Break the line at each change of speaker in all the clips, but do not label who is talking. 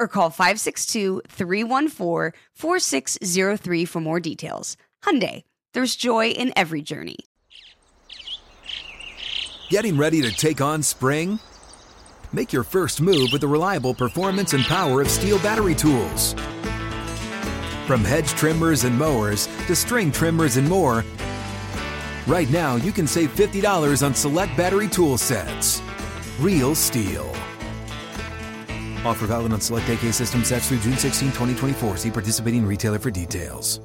or call 562-314-4603 for more details. Hyundai, there's joy in every journey.
Getting ready to take on spring? Make your first move with the reliable performance and power of steel battery tools. From hedge trimmers and mowers to string trimmers and more, right now you can save $50 on select battery tool sets. Real steel. Offer valid on select AK system sets through June 16, 2024. See participating retailer for details.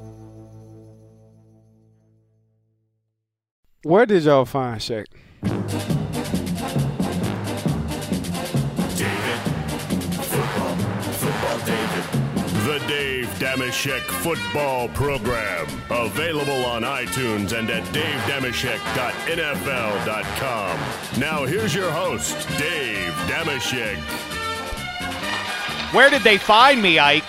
Where did y'all find Shaq?
David. Football. Football, David. The Dave Damashek Football Program. Available on iTunes and at davedamashek.nfl.com. Now here's your host, Dave Damashek.
Where did they find me, Ike?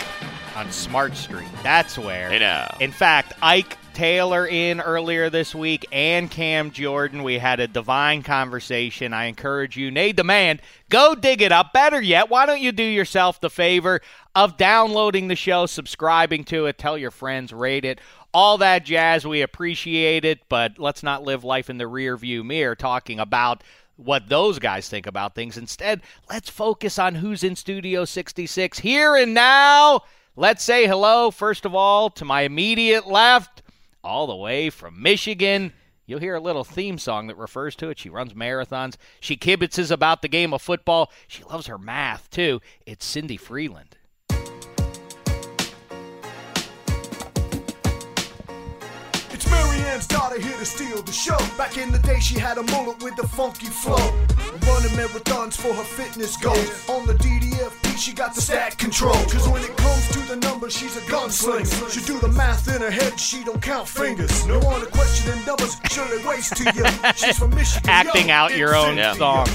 On Smart Street. That's where.
Hey now.
In fact, Ike Taylor in earlier this week and Cam Jordan. We had a divine conversation. I encourage you, nay, demand, go dig it up. Better yet, why don't you do yourself the favor of downloading the show, subscribing to it, tell your friends, rate it, all that jazz. We appreciate it, but let's not live life in the rearview mirror talking about what those guys think about things. Instead, let's focus on who's in Studio 66 here and now. Let's say hello, first of all, to my immediate left, all the way from Michigan. You'll hear a little theme song that refers to it. She runs marathons. She kibitzes about the game of football. She loves her math, too. It's Cindy Freeland.
It's Marianne's daughter here to steal the show. Back in the day, she had a mullet with a funky flow. Running marathons for her fitness goals. On the DDFP, she got the stat control. Cause when it comes to the numbers, she's a gunslinger. She do the math in her head, she don't count fingers. No one to question them numbers, sure they waste to you. She's from Michigan.
Acting
yo,
out your own
it's-
song.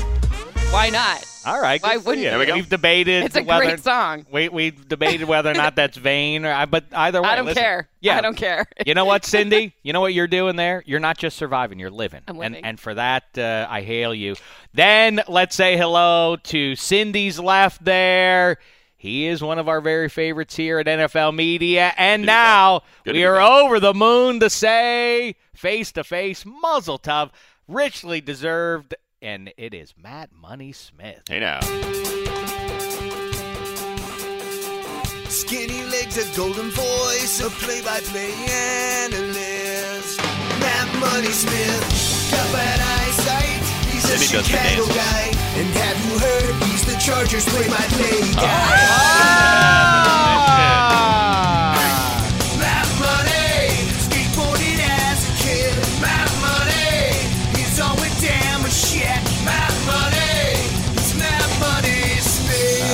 Why not?
All right.
Why
good for
wouldn't
you.
you?
There we go.
We've debated
It's a
whether,
great song.
We we debated whether or not that's vain or but either way.
I don't
listen.
care.
Yeah,
I don't care.
you know what, Cindy? You know what you're doing there? You're not just surviving, you're living.
I'm
And
living.
and for that uh, I hail you. Then let's say hello to Cindy's left there. He is one of our very favorites here at NFL Media. And now
Good to
we
be
are
back.
over the moon to say face to face, muzzle tub, richly deserved, and it is Matt Money Smith.
Hey now.
Skinny legs, a golden voice, a play-by-play analyst. Matt Money Smith, got bad eyesight. He's a
And he does the
Chicago
dance.
guy. And have you heard? He's the Chargers play-by-play guy.
Ah!
Matt Money, skateboarded as a kid. Matt Money, he's on with damn shit. Matt Money, it's Matt Money Smith.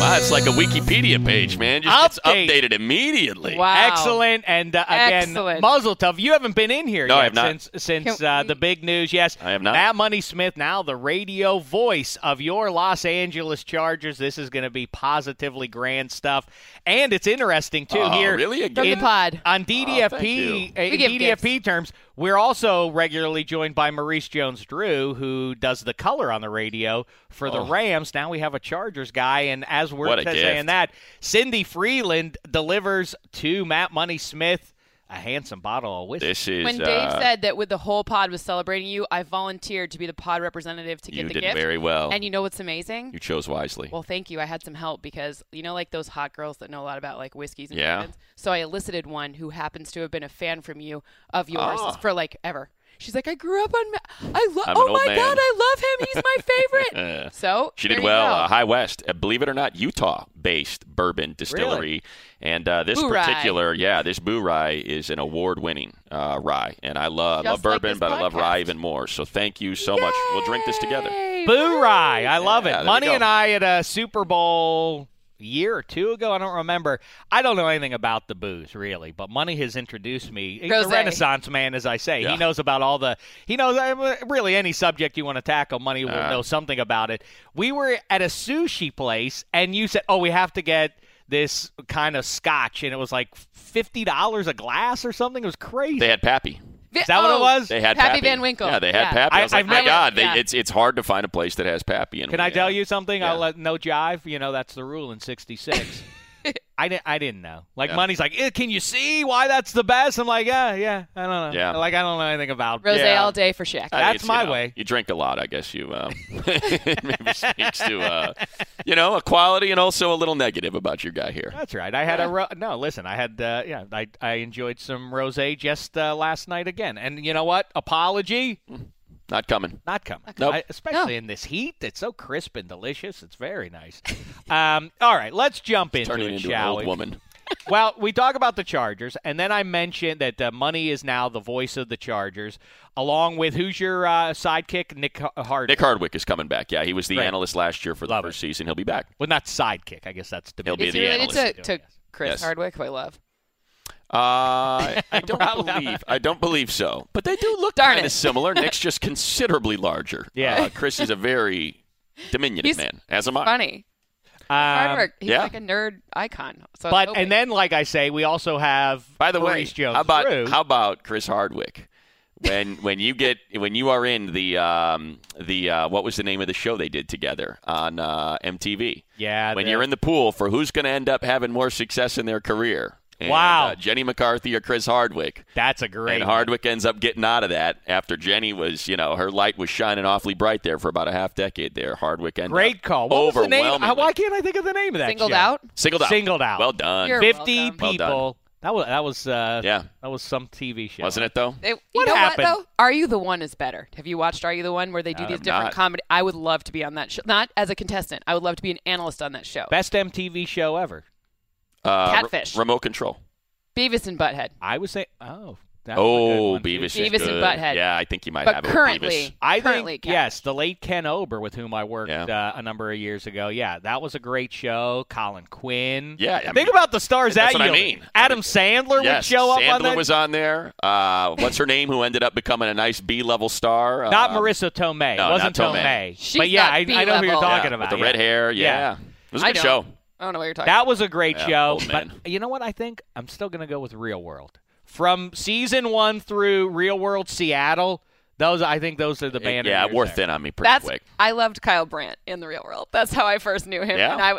Wow, it's like a Wikipedia page, man. Just
Update.
gets updated immediately.
Wow.
Excellent. And uh, again,
Excellent.
Muzzle Tough, you haven't been in here
No,
yet
I have not.
since since
Can
uh,
we-
the big news. Yes,
I have not.
Matt Money Smith, now the radio voice of your Los Angeles Chargers. This is going to be positively grand stuff, and it's interesting too.
Oh,
here,
really? Again?
From the pod.
uh,
on
Oh, thank you.
DDFP, uh,
We
in
give
DDFP terms, we're also regularly joined by Maurice Jones-Drew, who does the color on the radio for the
Oh.
Rams. Now we have a Chargers guy, and as we're
What a
saying
gift.
that, Cindy Freeland delivers to Matt Money Smith a handsome bottle of whiskey.
This is
When Dave
uh,
said that with the whole pod was celebrating you, I volunteered to be the pod representative to get
you
the
did
gift.
very well.
And you know what's amazing?
you chose wisely.
Well, thank you. I had some help because you know, like those hot girls that know a lot about like whiskeys and
Yeah.
bourbons? So I elicited one who happens to have been a fan from you of yours for like ever. She's like, I grew up on. Ma- I love.
I'm an
Oh
old
my
man."
god, I love him. He's my favorite. so
She
there
did
you
well.
go.
Uh, High West, uh, believe it or not, Utah-based bourbon distillery, and uh, this
Boo Rye.
particular, yeah, this Boo Rye is an award-winning uh, rye, and I love,
Just
love
like
bourbon,
this
but I love
podcast.
rye even more. So thank you so much. We'll drink this together.
Yay.
Boo Rye. I love
Yeah, there
it.
we
Money
go.
and I at a Super Bowl a year or two ago. I don't remember. I don't know anything about the booze really, but Money has introduced me. He's a
Rosé.
renaissance man, as I say.
Yeah.
He knows about all the. He knows uh, really any subject you want to tackle. Money will
Uh.
know something about it. We were at a sushi place, and you said, "Oh, we have to get." This kind of scotch, and it was like fifty dollars a glass or something. It was crazy.
They had Pappy.
Vi-
Is that what it
oh,
was?
They had
Pappy
Pappy
Van Winkle.
Yeah, they had
Yeah.
Pappy. I,
I-
was like,
I've
my
never-
God, they,
yeah.
it's it's hard to find a place that has Pappy. In
Can
it,
I tell
know?
you something?
Yeah.
I'll let no jive. You know that's the rule in '66. I didn't. I didn't know. Like
Yeah.
money's like, "Eh, can you see why that's the best? I'm like, yeah, yeah. I don't know.
Yeah.
Like I don't know anything about.
Rose
Yeah.
all day for Shaq.
I
That's
it's,
my
you know,
way.
You drink a lot, I guess. You um, it maybe speaks to uh, you know a quality and also a little negative about your guy here.
That's right. I had a ro- no. Listen, I had uh, yeah. I I enjoyed some rosé just uh, last night again, and you know what? Apology
Not coming.
not coming.
Nope.
I- especially in this heat, it's so crisp and delicious. It's very nice. um, all right, let's jump into
Turning
it,
into
shall
an old
we?
woman.
well, we talk about the Chargers, and then I mentioned that uh, Money is now the voice of the Chargers, along with who's your uh, sidekick, Nick H- uh, Hardwick.
Nick Hardwick is coming back. Yeah, he was the
Right.
analyst last year for the
Love
first season. He'll be back.
well, not sidekick. I guess that's
He'll
debatable.
be
Is
the
he related
analyst.
to, to Chris
Yes.
Hardwick, who I love?
Uh, I don't
Probably.
believe. I don't believe so. But they do look
Darn
kind of
it.
similar. Nick's just considerably larger.
Yeah.
Uh, Chris is a very diminutive
He's
man, as am I.
Funny. Hardwick. He's
Uh, um, yeah.
like a nerd icon. So I was
Um, But
hoping-
and then, like I say, we also have
By the way,
Maurice Jones.
how about
Drew.
how about Chris Hardwick? When when you get when you are in the um, the uh, what was the name of the show they did together on uh, MTV?
Yeah,
when
the-
you're in the pool for who's going to end up having more success in their career. And,
Wow.
uh, Jenny McCarthy or Chris Hardwick?
that's a great
And Hardwick ends up getting out of that after Jenny was, you know, her light was shining awfully bright there for about a half decade there. Hardwick ended
great
up
call. What was the name?
overwhelmingly-
Uh, Why can't I think of the name of that?
singled
show?
out.
Singled out.
Singled out.
Well done.
You're-
Fifty
welcome.
Well
people.
done.
that was that was uh,
Yeah.
that was some TV show,
Wasn't it, though?
They, you
What
know
happened?
what though? Are you the one is better. Have you watched Are You the One where they do
No,
these
I'm
different
not.
comedy? I would love to be on that show. Not as a contestant. I would love to be an analyst on that show.
Best MTV show ever.
Uh, re-
Catfish.
remote control.
Beavis and Butthead.
I would say, oh, that was a good
Oh,
one.
Beavis. is
Beavis and
good.
Butthead.
Yeah, I think you might
But
have it with Beavis.
currently,
I
currently,
think yes, the late Ken Ober, with whom I worked
Yeah.
uh, a number of years ago. Yeah, that was a great show. Colin Quinn.
Yeah, I
think
mean,
about the stars
that's
that
what I
yielded.
mean.
Adam Sandler would
Yes,
show up
Sandler
on that.
was on there. Uh, what's her name? Who ended up becoming a nice B level star?
not
Um,
Marissa Tomei.
no,
it wasn't
not Tomei.
She's
but yeah,
not
I, I know who
B-level.
you're talking
yeah,
about.
with the
yeah.
red hair. Yeah,
Yeah.
it was a
I
good
don't.
show.
I don't know what you're talking.
That was a great
Yeah,
show.
old
But
man.
you know what? I think I'm still going to go with Real World. From season one through Real World Seattle, those I think those are the
It-
banner.
yeah, it
years
wore
there.
thin on me pretty
That's
quick.
I loved Kyle Brandt in the real world. That's how I first knew him.
Yeah.
And I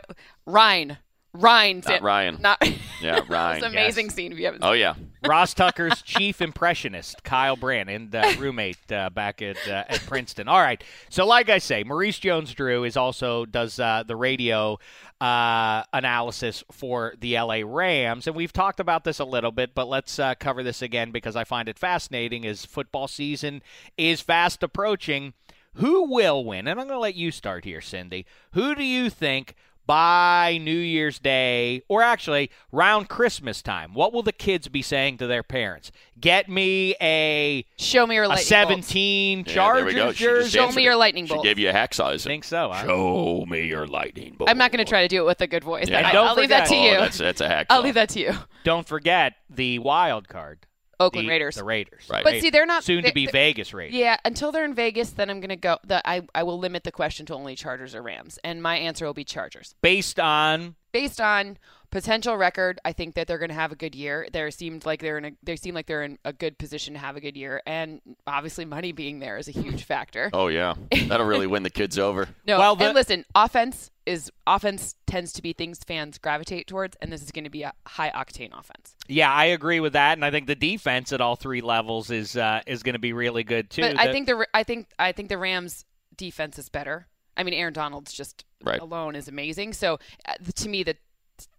Ryan. Ryan.
Not Ryan.
Not
Yeah, Ryan.
It's an amazing scene if you haven't
Oh yeah,
Ross Tucker's chief impressionist, Kyle Brand, and uh, roommate uh, back at uh, at Princeton. All right, so like I say, Maurice Jones-Drew is also does uh, the radio uh, analysis for the L.A. Rams, and we've talked about this a little bit, but let's uh, cover this again because I find it fascinating. As football season is fast approaching, who will win? And I'm going to let you start here, Cindy. Who do you think? by New Year's Day, or actually round Christmas time, what will the kids be saying to their parents? Get me a,
Show me your
a
lightning
17
yeah there
Chargers
we go. She just
jersey?
Show
answered
me
it.
your lightning
She
bolt.
gave you a hacksaw.
I think so. Huh?
Show me your lightning bolt.
I'm not going to try to do it with a good voice. I,
Yeah. And don't
will leave that to
forget-
you.
Oh, that's that's a hacksaw.
I'll leave that to you.
Don't forget the wild card.
Oakland
the,
Raiders.
The Raiders.
Right.
But see, they're not-
Soon to
they-
be
they-
Vegas Raiders.
Yeah, until they're in Vegas, then I'm gonna go. The, I I will limit the question to only Chargers or Rams, and my answer will be Chargers.
Based on
based on potential record, I think that they're going to have a good year. They seemed like they're in a they seem like they're in a good position to have a good year, and obviously money being there is a huge factor.
Oh yeah, that'll really win the kids over.
No,
Well, the-
and listen, offense is offense tends to be things fans gravitate towards, and this is going to be a high octane offense.
Yeah, I agree with that, and I think the defense at all three levels is uh, is going to be really good too.
but I
The-
think the I think I think the Rams defense is better. I mean, Aaron Donald's just
Right.
alone is amazing. So uh, to me, that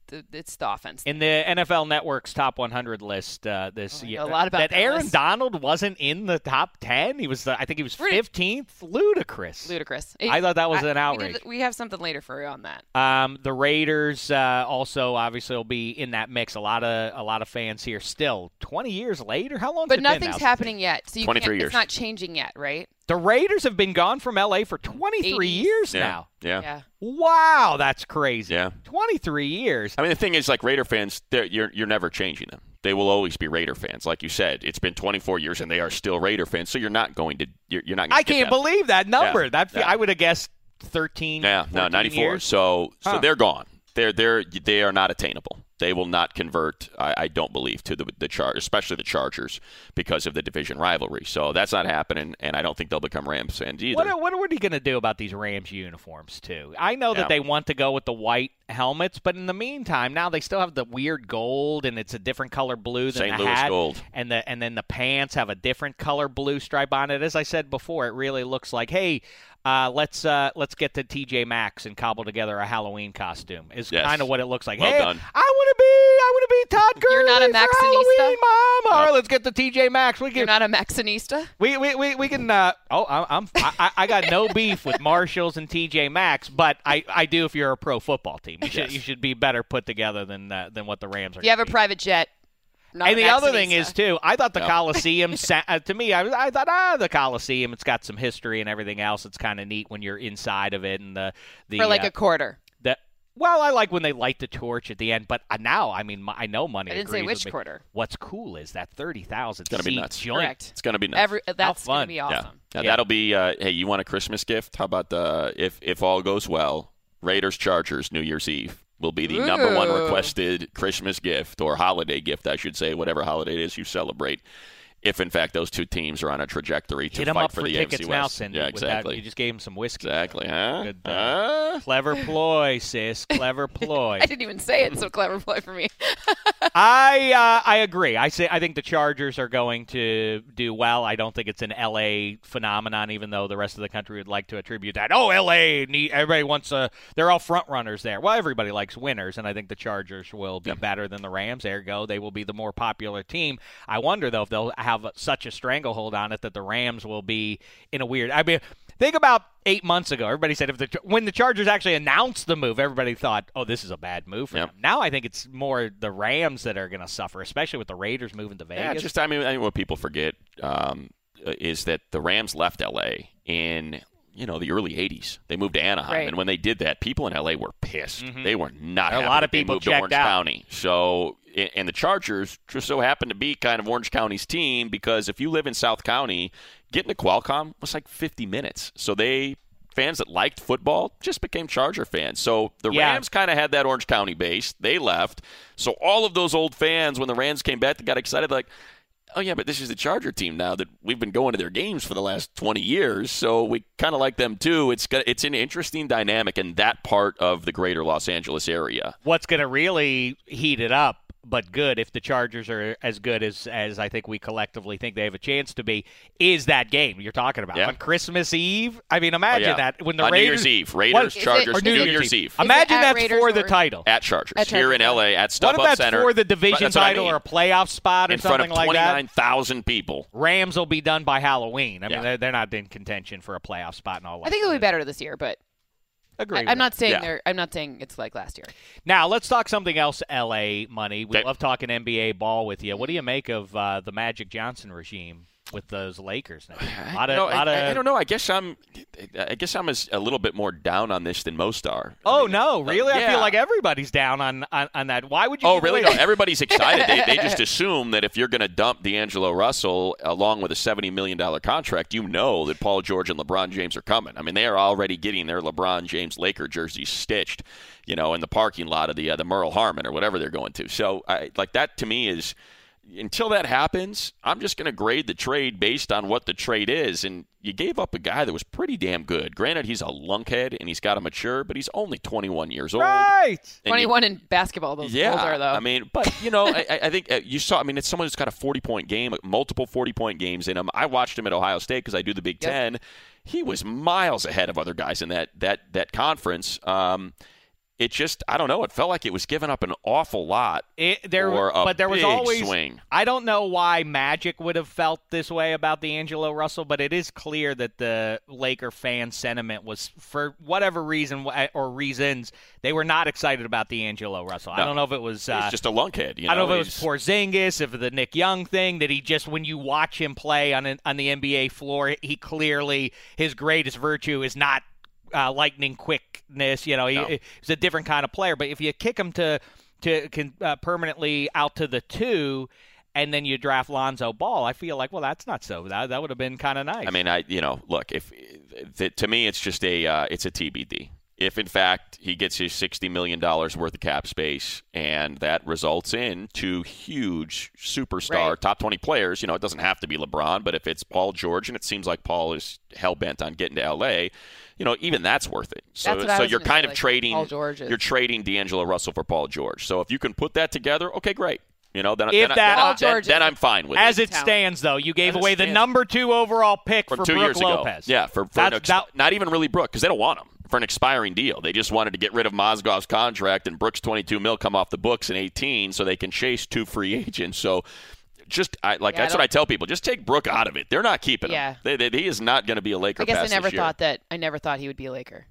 the, it's the offense.
in the NFL Network's top 100 list uh, this
Oh, I
year,
know a lot about
that
that
Aaron
list.
Donald wasn't in the top 10. He was, uh, I think, he was
Ridic-
15th. Ludicrous.
ludicrous.
I thought that was an
we did-
outrage.
We, have something later for you on that.
Um, the Raiders uh, also obviously will be in that mix. A lot of a lot of fans here still. 20 years later, how long?
But nothing's happening yet. So you
23
can't-
years.
It's not changing yet, right?
The Raiders have been gone from LA for 23
80s.
years
Yeah.
now.
yeah,
Yeah.
Wow, that's crazy.
Yeah.
23 years.
I mean, the thing is, like Raider fans, they're- you're you're never changing them. They will always be Raider fans, like you said. It's been 24 years, and they are still Raider fans. So you're not going to you're, you're not. Gonna
I
skip
can't
that.
believe that number.
Yeah,
That fe-
yeah.
I would have guessed 13.
Yeah, no,
14
94.
years.
So so
Huh.
they're gone. They're they're they are not attainable. They will not convert. I, I don't believe to the the char, especially the Chargers, because of the division rivalry. So that's not happening, and I don't think they'll become Rams fans either.
What are, what are we going to do about these Rams uniforms too? I know
Yeah.
that they want to go with the white helmets, but in the meantime, now they still have the weird gold, and it's a different color blue than
St.
the
Louis
hat,
gold.
and the and then the pants have a different color blue stripe on it. As I said before, it really looks like hey. Uh, let's uh, let's get to TJ Maxx and cobble together a Halloween costume. Is
Yes.
kind of what it looks like.
Well
hey,
done.
I want to be I want to be Todd Gurley
You're not a
for
Maxinista?
Halloween, Mom. All right,
Nope.
let's get to TJ Maxx. We
You're
can
not a Maxinista.
we we we, we can. Uh, oh, I'm, I'm I, I- I got no beef with Marshalls and TJ Maxx, but I, I do. If you're a pro football team, you should
Yes.
you should be better put together than uh, than what the Rams are.
You have
gonna
a
be.
private jet. Not
And
a
the other thing
Maxinista.
is too. I thought the
Yeah.
Coliseum. sa- uh, to me, I, I thought ah, the Coliseum. It's got some history and everything else. It's kind of neat when you're inside of it and the the
for like
uh,
a quarter.
the. Well, I like when they light the torch at the end, but uh, now I mean, my, I know money.
I didn't say
agrees with
which
me.
quarter.
What's cool is that thirty thousand
gonna
seat
be nuts.
joint.
Correct.
It's going to be nuts.
Every that's
fun.
gonna be
Yeah.
awesome.
Now,
Yeah.
That'll be uh, hey, you want a Christmas gift? How about the if if all goes well, Raiders Chargers New Year's Eve will be the number one
Ooh.
requested Christmas gift or holiday gift, I should say, whatever holiday it is you celebrate. If in fact those two teams are on a trajectory to
Hit
fight
him up for,
the
tickets
AFC
now,
West,
Cindy.
yeah,
with that-
exactly,
you just gave him some whiskey.
exactly, huh?
Good, uh,
Huh?
Clever ploy, sis. Clever ploy.
I didn't even say it. So clever play for me.
I uh, I agree. I say I think the Chargers are going to do well. I don't think it's an LA phenomenon, even though the rest of the country would like to attribute that. Oh, LA, need, everybody wants a. They're all front runners there. Well, everybody likes winners, and I think the Chargers will be better than the Rams. Ergo, they will be the more popular team. I wonder though if they'll have such a stranglehold on it that the Rams will be in a weird. I mean. Think about eight months ago. Everybody said if the when the Chargers actually announced the move, everybody thought, "Oh, this is a bad move for
Yep.
them." Now I think it's more the Rams that are going to suffer, especially with the Raiders moving to Vegas.
Yeah, just I mean, I mean, what people forget um, is that the Rams left L.A. in you know the early '80s. They moved to Anaheim,
Right.
and when they did that, people in L.A. were pissed. They were not.
Mm-hmm. A
happy
lot of
that they
people
moved to
checked
Orange
out.
County. So, a- and the Chargers just so happened to be kind of Orange County's team because if you live in South County, getting to Qualcomm was like 50 minutes. So they. Fans that liked football just became Charger fans. So the
Yeah.
Rams kind of had that Orange County base. They left. So all of those old fans, when the Rams came back, they got excited. Like, oh yeah, but this is the Charger team now that we've been going to their games for the last 20 years, so we kind of like them too. It's got, it's an interesting dynamic in that part of the greater Los Angeles area.
What's going to really heat it up, but good if the Chargers are as good as as I think we collectively think they have a chance to be, is that game you're talking about
Yeah.
on Christmas Eve. I mean, imagine
yeah.
that when the
On New Year's
Raiders
Eve, Raiders,
What-
Chargers,
or
New, Year's Eve,
Is it
Imagine
at
that
Raiders
for the
or-
title.
at Chargers
At
here in
Chargers,
LA at
What
StubHub
if that's
Center
for the division
That's what I
title
mean.
or a playoff spot or
in front
something
of
like that?
29,000 people?
Rams will be done by Halloween. I mean,
Yeah.
they're, they're not in contention for a playoff spot and all.
I think it'll be better this year, but
Agree.
I,
with
I'm
that.
not saying
Yeah.
they're. I'm not saying it's like last year.
Now let's talk something else. L.A. money. We
Okay.
love talking NBA ball with you. What do you make of uh, the Magic Johnson regime with those Lakers now.
I-
A lot of,
no,
lot
I, I
of-
don't know. I guess I'm, I guess I'm a, s- a little bit more down on this than most are.
Oh no, really? I
yeah.
feel like everybody's down on, on, on that. Why would you?
Oh,
give
really?
away
No,
that-
everybody's excited. They, they just assume that if you're going to dump D'Angelo Russell along with a $70 million contract, you know that Paul George and LeBron James are coming. I mean, they are already getting their LeBron James Laker jerseys stitched, you know, in the parking lot of the, uh, the Merle Harmon or whatever they're going to. So, I, like, that to me is until that happens, I'm just going to grade the trade based on what the trade is. And you gave up a guy that was pretty damn good. Granted, he's a lunkhead and he's got to mature, but he's only 21 years old.
Right.
And you-
21 in basketball, those
yeah,
olds are, though.
I mean, but you know, I, I I think uh, you saw. I mean, it's someone who's got a forty-point game, multiple forty-point games in him. I watched him at Ohio State because I do the Big
Yep.
Ten. He was miles ahead of other guys in that that that conference. Um, it just, I don't know. It felt like it was giving up an awful lot.
It, there,
Or a
but there was
big
always.
swing.
I don't know why Magic would have felt this way about D'Angelo Russell, but it is clear that the Laker fan sentiment was, for whatever reason wh- or reasons, they were not excited about D'Angelo Russell. I
No.
don't know if it was. Uh,
He's just a lunkhead. You know?
I don't know if it was
He's-
Porzingis, if the Nick Young thing that he just when you watch him play on an, on the NBA floor, he clearly his greatest virtue is not uh, lightning quickness. You know, he,
No.
he's a different kind of player. But if you kick him to to can, uh, permanently out to the two, and then you draft Lonzo Ball, I feel like well, that's not so. That that would have been kind of nice.
I mean, I you know, look, if th- to me it's just a uh, it's a TBD. If in fact he gets his sixty million dollars worth of cap space, and that results in two huge superstar
Right.
top twenty players, you know, it doesn't have to be LeBron, but if it's Paul George, and it seems like Paul is hell bent on getting to L.A., you know, even that's worth it. So,
That's what I
so
was
you're
gonna say,
kind of
like,
trading
Paul George is-
You're trading D'Angelo Russell for Paul George. So if you can put that together, okay, great. You know, then,
If
then, I-
that-
then, I-
Paul
then,
George
then
is-
I'm fine with
as
it.
it stands, though, you gave
As it
away the
stands.
number two overall pick
from
for
two
Brook
years
Lopez.
ago. Yeah, for, for an
That's-
ex-
that,
not even really Brooke because they don't want him for an expiring deal. They just wanted to get rid of Mozgov's contract and Brooks' 22 mil come off the books in 18 so they can chase two free agents. So just I, like
Yeah, I
that's what
don't-
I tell people. Just take Brooke out of it. They're not keeping
Yeah.
him. They, they, he is not going to be a Laker.
I guess I
past
never
this year.
thought that. I never thought he would be a Laker.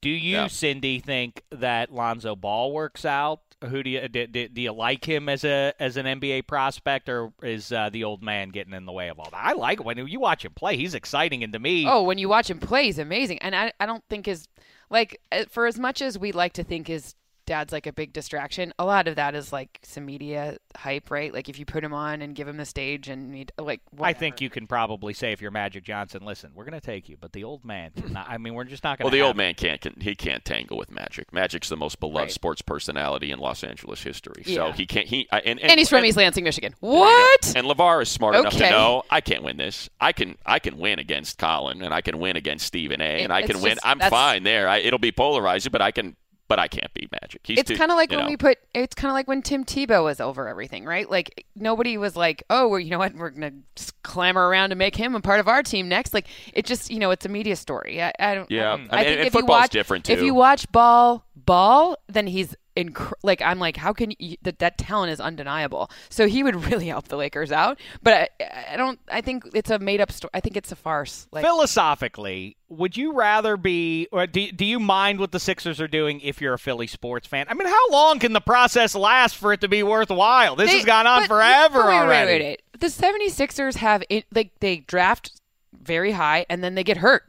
Do you,
Yeah.
Cindy, think that Lonzo Ball works out? Who do you do, do, do you like him as a as an NBA prospect, or is uh, the old man getting in the way of all that? I like it. when you watch him play; he's exciting, and to me,
Oh, when you watch him play, he's amazing. And I, I don't think his, like, uh, for as much as we like to think his dad's like a big distraction, a lot of that is like some media hype, right? Like if you put him on and give him the stage and he, like,
I
whatever.
think you can probably say if you're Magic Johnson, listen, we're going to take you, but the old man, cannot- I mean, we're just not going.
Well, the old man can't can, he can't tangle with Magic. Magic's the most beloved sports personality in Los Angeles history. So
Yeah.
he can't he I- and, and,
And, he's from
and-
East Lansing, Michigan.
Yeah.
What?
And Lavar is smart enough to
Okay.
know I can't win this. I can I can win against Colin and I can win against Stephen A. and I
It's
can win.
just-
I'm
that's-
fine there. I, it'll be polarizing, but I can but I can't beat Magic. He's
It's
too-
kind of like
you
when
know.
we put. It's kind of like when Tim Tebow was over everything, right? Like nobody was like, "Oh, well, you know what? We're gonna s- clamor around to make him a part of our team next." Like it just, you know, it's a media story. I, I don't. I,
Yeah. I
I
mean,
think
and
if you
football's
watch,
different,
If
too.
you watch ball, ball, then he's inc- like I'm like, how can you, that that talent is undeniable? So he would really help the Lakers out, but I, I don't. I think it's a made up story. I think it's a farce. Like
Philosophically, would you rather be, or do, do you mind what the Sixers are doing if you're a Philly sports fan? I mean, how long can the process last for it to be worthwhile? This
They-
has gone on
but-
forever
but wait,
already.
Wait, wait, wait. The 76ers have it, like they draft very high and then they get hurt.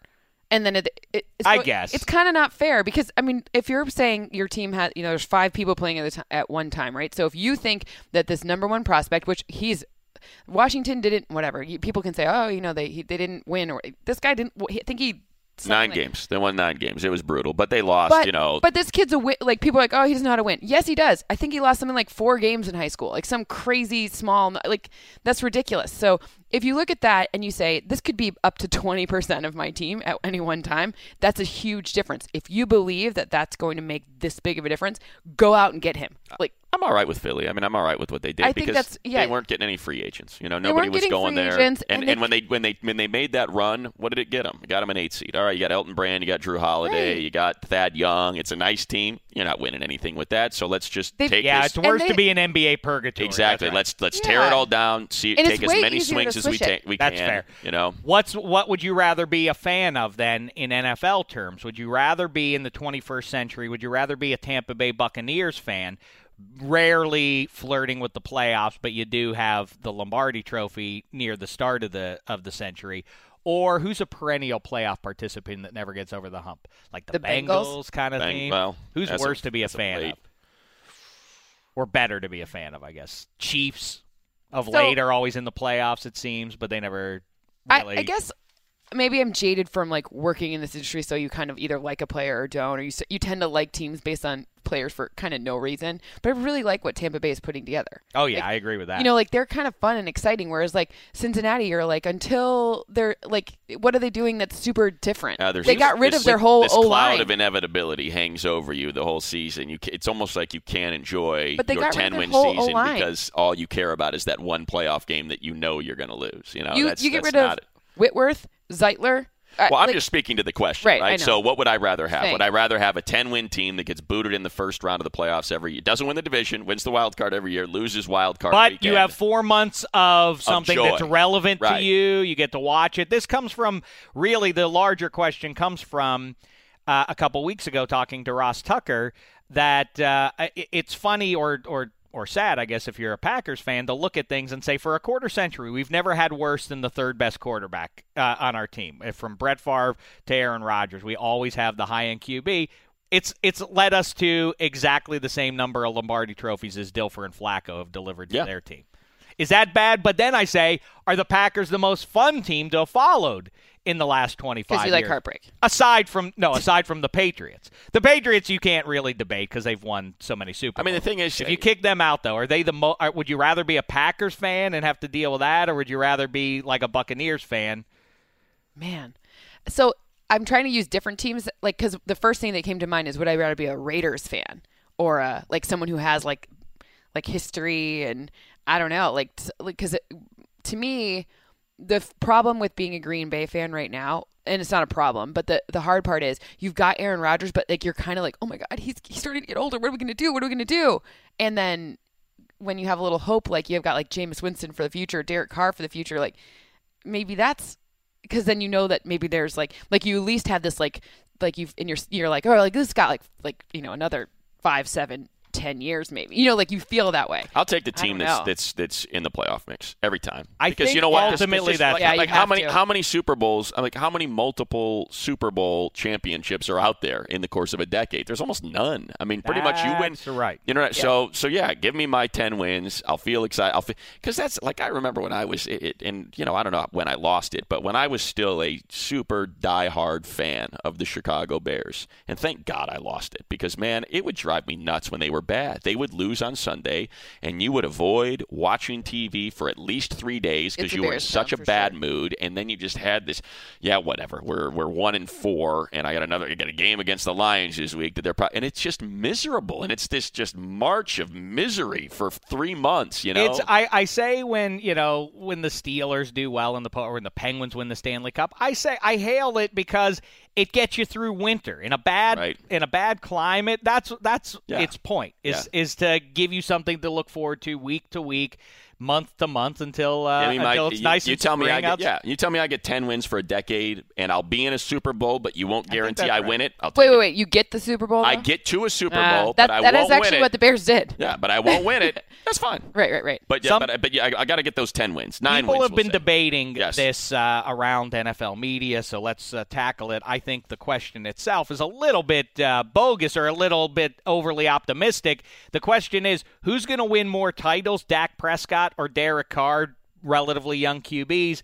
And then it, it so
I guess.
it's kind of not fair because I mean, if you're saying your team has, you know, there's five people playing at the ti- at one time, right? So if you think that this number one prospect, which he's Washington didn't, whatever you- people can say, oh, you know, they he, they didn't win or this guy didn't. I think he something
nine
like-
games. They won nin games. It was brutal, but they lost.
but,
you know,
But this kid's a win. Like people are like, oh, he doesn't know how to win. Yes, he does. I think he lost something like four games in high school, like some crazy small. Like that's ridiculous. So if you look at that and you say this could be up to twenty percent of my team at any one time, that's a huge difference. If you believe that that's going to make this big of a difference, go out and get him. Like
I'm all right with Philly. I mean, I'm all right with what they did
I think
because
that's- yeah.
they weren't getting any free agents. You know,
They
nobody
weren't
was
getting
going
free
there.
agents,
and
and they-
and when they when they when they made that run, what did it get them? It got them an eight seed. All right, you got Elton Brand, you got Drew Holiday,
Right.
you got Thad Young. It's a nice team. You're not winning anything with that. So let's just
They've-
take
Yeah,
this.
it's worse
they-
to be in NBA purgatory.
Exactly.
That's right.
Let's let's
Yeah.
tear it all down. See,
And it's
take as
way
many
easier to
swings as we
switch it.
take. We
That's
can.
fair.
You know,
What's what would you rather be a fan of then in NFL terms? Would you rather be in the 21st century? Would you rather be a Tampa Bay Buccaneers fan rarely flirting with the playoffs, but you do have the Lombardi Trophy near the start of the of the century. Or who's a perennial playoff participant that never gets over the hump, like
The
the,
Bengals?
kind of
Bang-
thing.
well,
who's
that's a-
worse to be a
that's a
fan
late-
of, or better to be a fan of? I guess Chiefs of
So-
late are always in the playoffs, it seems, but they never.
I,
Really
I guess maybe I'm jaded from like working in this industry, so you kind of either like a player or don't, or you s- you tend to like teams based on players for kind of no reason. But I really like what Tampa Bay is putting together.
Oh yeah,
Like,
I agree with that.
You know, like they're kind of fun and exciting. Whereas like Cincinnati, you're like until they're like, what are they doing that's super different?
Uh, there's
they
this-
got rid
this
of their
like-
whole oh,
This
O
cloud
line.
of inevitability hangs over you the whole season. You, ca- it's almost like you can't enjoy
But they
your
got rid of
ten
their
win
whole
season
O-line.
because all you care about is that one playoff game that you know you're going to lose. You know,
you
uh, that's,
you get
that's
rid of
not it.
Whitworth, Zeitler. Uh,
Well, I'm
like-
just speaking to the question,
Right,
right?
I know.
So, what would I rather have?
Same.
Would I rather have a 10 win team that gets booted in the first round of the playoffs every year, doesn't win the division, wins the wild card every year, loses wild card?
But
weekend?
you have four months of something
joy.
that's relevant to
Right.
you. You get to watch it. This comes from really the larger question comes from uh, a couple weeks ago talking to Ross Tucker that uh, i- it's funny or or or sad, I guess, if you're a Packers fan, to look at things and say, for a quarter century, we've never had worse than the third best quarterback uh, on our team. Uh, From Brett Favre to Aaron Rodgers, we always have the high end QB it's it's led us to exactly the same number of Lombardi trophies as Dilfer and Flacco have delivered to
Yeah.
their team. Is that bad? But then I say, are the Packers the most fun team to have followed in the last 25
'Cause you like
years?
heartbreak.
Aside from no, aside from the Patriots. The Patriots you can't really debate cuz they've won so many Super
I mean, the
Bowls.
thing is, uh,
if you kick them out though, are they the mo- are, would you rather be a Packers fan and have to deal with that or would you rather be like a Buccaneers fan?
Man. So I'm trying to use different teams, like, because the first thing that came to mind is would I rather be a Raiders fan or a, like someone who has like like history and I don't know, like, t- like because to me, the f- problem with being a Green Bay fan right now, and it's not a problem, but the the hard part is you've got Aaron Rodgers, but like you're kind of like, oh my God, he's he's starting to get older. What are we gonna do? What are we gonna do? And then when you have a little hope, like you've got like Jameis Winston for the future, Derek Carr for the future, like maybe that's because then you know that maybe there's like like you at least have this like like you've in your you're like oh like this got like like you know another five seven ten years maybe you know like you feel that way
I'll take the
I
team
don't
that's
know.
that's that's in the playoff mix every time.
I
because
think
you know what? This-
ultimately
it's just
that's-
like,
Yeah, you
like how
have
many
to.
how many Super Bowls, uh, like how many multiple Super Bowl championships are out there in the course of a decade? There's almost none. I mean, pretty much you win.
That's right.
You know, what I- so so yeah, give me my ten wins. I'll feel excited. I'll because that's like I remember when I was it, it, and you know I don't know when I lost it, but when I was still a super diehard fan of the Chicago Bears, and thank God I lost it because man, it would drive me nuts when they were bad. They would lose on Sunday, and you would avoid watching TV for at least three days because
It's
you were in
embarrassing
such a
for
bad
sure.
mood, and then you just had this, yeah, whatever. We're we're one and four, and I got another. I got a game against the Lions this week that they're, pro- and it's just miserable, and it's this just march of misery for three months. You know,
It's uh, I, I say when you know when the Steelers do well in the po- or when the Penguins win the Stanley Cup, I say I hail it because it gets you through winter in a bad
Right.
in a bad climate. That's that's
Yeah.
its point is is to give you something to look forward to week to week, month to month until uh,
I mean,
until
my,
it's
you,
nice.
you
and
tell me, I
spring
get,
outside.
yeah, you tell me I get ten wins for a decade, and I'll be in a Super Bowl, but you won't guarantee
that's
I
right.
win it. I'll take
wait wait
it.
wait you get the Super Bowl
I
though?
get to a Super
Ah,
Bowl,
that,
but I
that
won't
is actually
win it.
what the Bears did
yeah, but I won't win it. That's fine.
right right right
But yeah,
Some-
but, but yeah, I, I got to get those ten wins. Nine
People
wins,
have
we'll
been
say.
debating
Yes.
this uh, around NFL media, so let's uh, tackle it. I think the question itself is a little bit uh, bogus or a little bit overly optimistic. The question is who's going to win more titles, Dak Prescott or Derek Carr, relatively young QBs?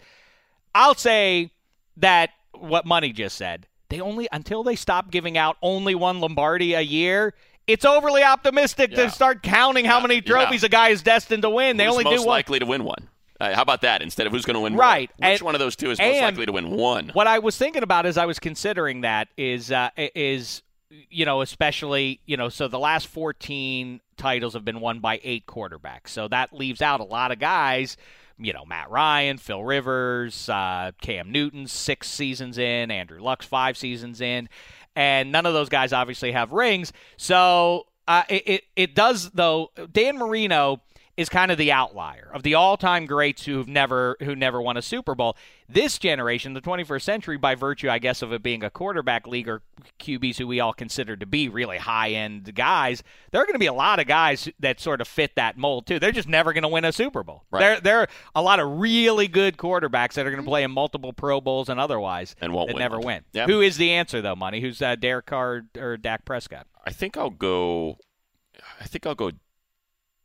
I'll say that what Money just said. They only until they stop giving out only one Lombardi a year. It's overly optimistic
Yeah.
to start counting how many trophies a guy is destined to win. They
who's
only
most
do one.
likely to win one. Uh, how about that instead of who's going to win?
Right.
One? Which
And-
one of those two is most
and-
likely to win one?
What I was thinking about as I was considering that is uh, i- is you know especially you know so the last 14 titles have been won by eight quarterbacks. So that leaves out a lot of guys, you know, Matt Ryan, Phil Rivers, uh, Cam Newton 6 seasons in, Andrew Luck's 5 seasons in, and none of those guys obviously have rings. So uh, it, it it does though Dan Marino is kind of the outlier of the all-time greats who've never who never won a Super Bowl. This generation, the 21st century, by virtue, I guess, of it being a quarterback league or QBs who we all consider to be really high-end guys, there are going to be a lot of guys that sort of fit that mold too. They're just never going to win a Super Bowl.
Right.
There, there are a lot of really good quarterbacks that are going to play in multiple Pro Bowls and otherwise
And won't
that
win
never
one.
win.
Yeah.
Who is the answer though, money? Who's uh, Derek Carr or Dak Prescott?
I think I'll go. I think I'll go.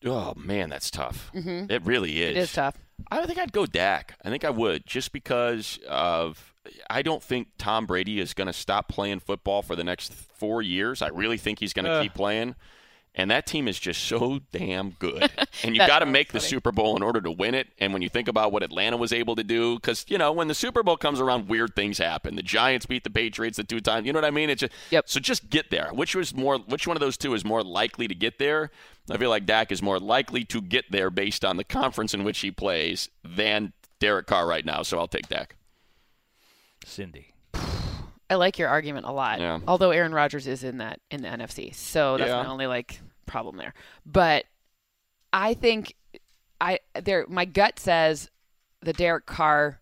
Oh man, that's tough. Mm-hmm. It really is.
It is tough.
I don't think I'd go Dak. I think I would just because of I don't think Tom Brady is going to stop playing football for the next four years. I really think he's going to
Ugh.
keep playing. And that team is just so damn good. And you
That
got to
sounds
make the
funny.
Super Bowl in order to win it. And when you think about what Atlanta was able to do, because, you know, when the Super Bowl comes around, weird things happen. The Giants beat the Patriots the two times. You know what I mean? It's just,
Yep.
So just get there. Which was more? Which one of those two is more likely to get there? I feel like Dak is more likely to get there based on the conference in which he plays than Derek Carr right now. So I'll take Dak.
Cindy.
I like your argument a lot.
Yeah.
Although Aaron Rodgers is in that in the NFC, so that's
Yeah.
my only like problem there. But I think I there my gut says the Derek Carr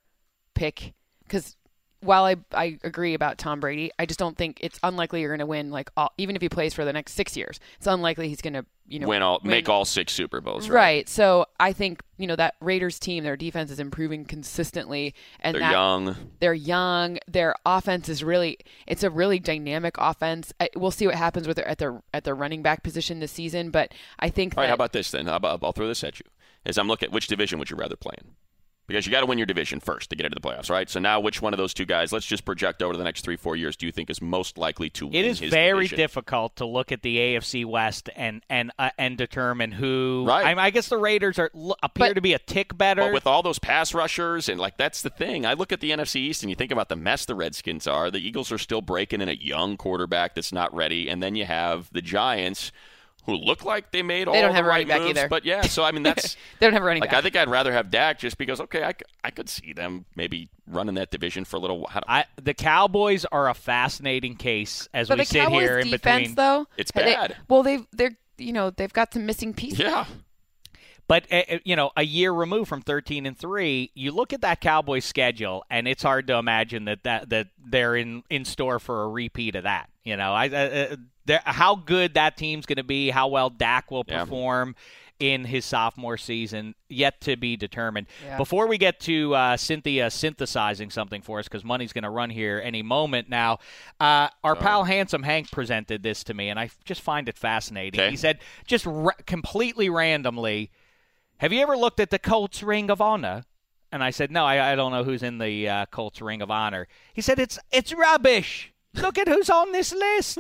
pick because while I I agree about Tom Brady, I just don't think it's unlikely you're going to win like all even if he plays for the next six years. It's unlikely he's going to you know
win all,
win
make all six Super Bowls.
Right. So I think, you know, that Raiders team, their defense is improving consistently and
They're
that
young.
they're young. Their offense is really it's a really dynamic offense. I, we'll see what happens with their, at their at their running back position this season, but I think
All right,
that
how about this then? How about, I'll throw this at you. As I'm looking at which division would you rather play in? Because you got to win your division first to get into the playoffs, right? So now, which one of those two guys? Let's just project over the next three, four years. Do you think is most likely to win?
It is
his
very
division?
difficult to look at the AFC West and and uh, and determine who.
Right.
I, mean, I guess the Raiders are l- appear
But-
to be a tick better.
But with all those pass rushers and like that's the thing. I look at the NFC East and you think about the mess the Redskins are. The Eagles are still breaking in a young quarterback that's not ready, and then you have the Giants, who look like they made all
don't
the
have a
right
running back
moves.
either.
But yeah, so I mean that's
they don't have a running
like
back.
I think I'd rather have Dak just because okay, I, c- I could see them maybe running that division for a little while.
I, the Cowboys are a fascinating case as
but
we
the
sit
Cowboys
here in
defense
between.
though,
It's
they-
bad.
well, they've they're you know, they've got some missing pieces.
Yeah.
But uh, uh, you know, a year removed from thirteen and three, you look at that Cowboys schedule, and it's hard to imagine that that, that they're in, in store for a repeat of that. You know, I, I I- they're- how good that team's going to be, how well Dak will
Yeah.
perform in his sophomore season, yet to be determined.
Yeah.
Before we get to uh, Cynthia synthesizing something for us, because money's going to run here any moment now. Uh, our pal Handsome Hank presented this to me, and I just find it fascinating.
Okay.
He said, just ra- completely randomly. Have you ever looked at the Colts Ring of Honor? And I said, No, I, I don't know who's in the uh, Colts Ring of Honor. He said, It's it's rubbish. Look at who's on this list.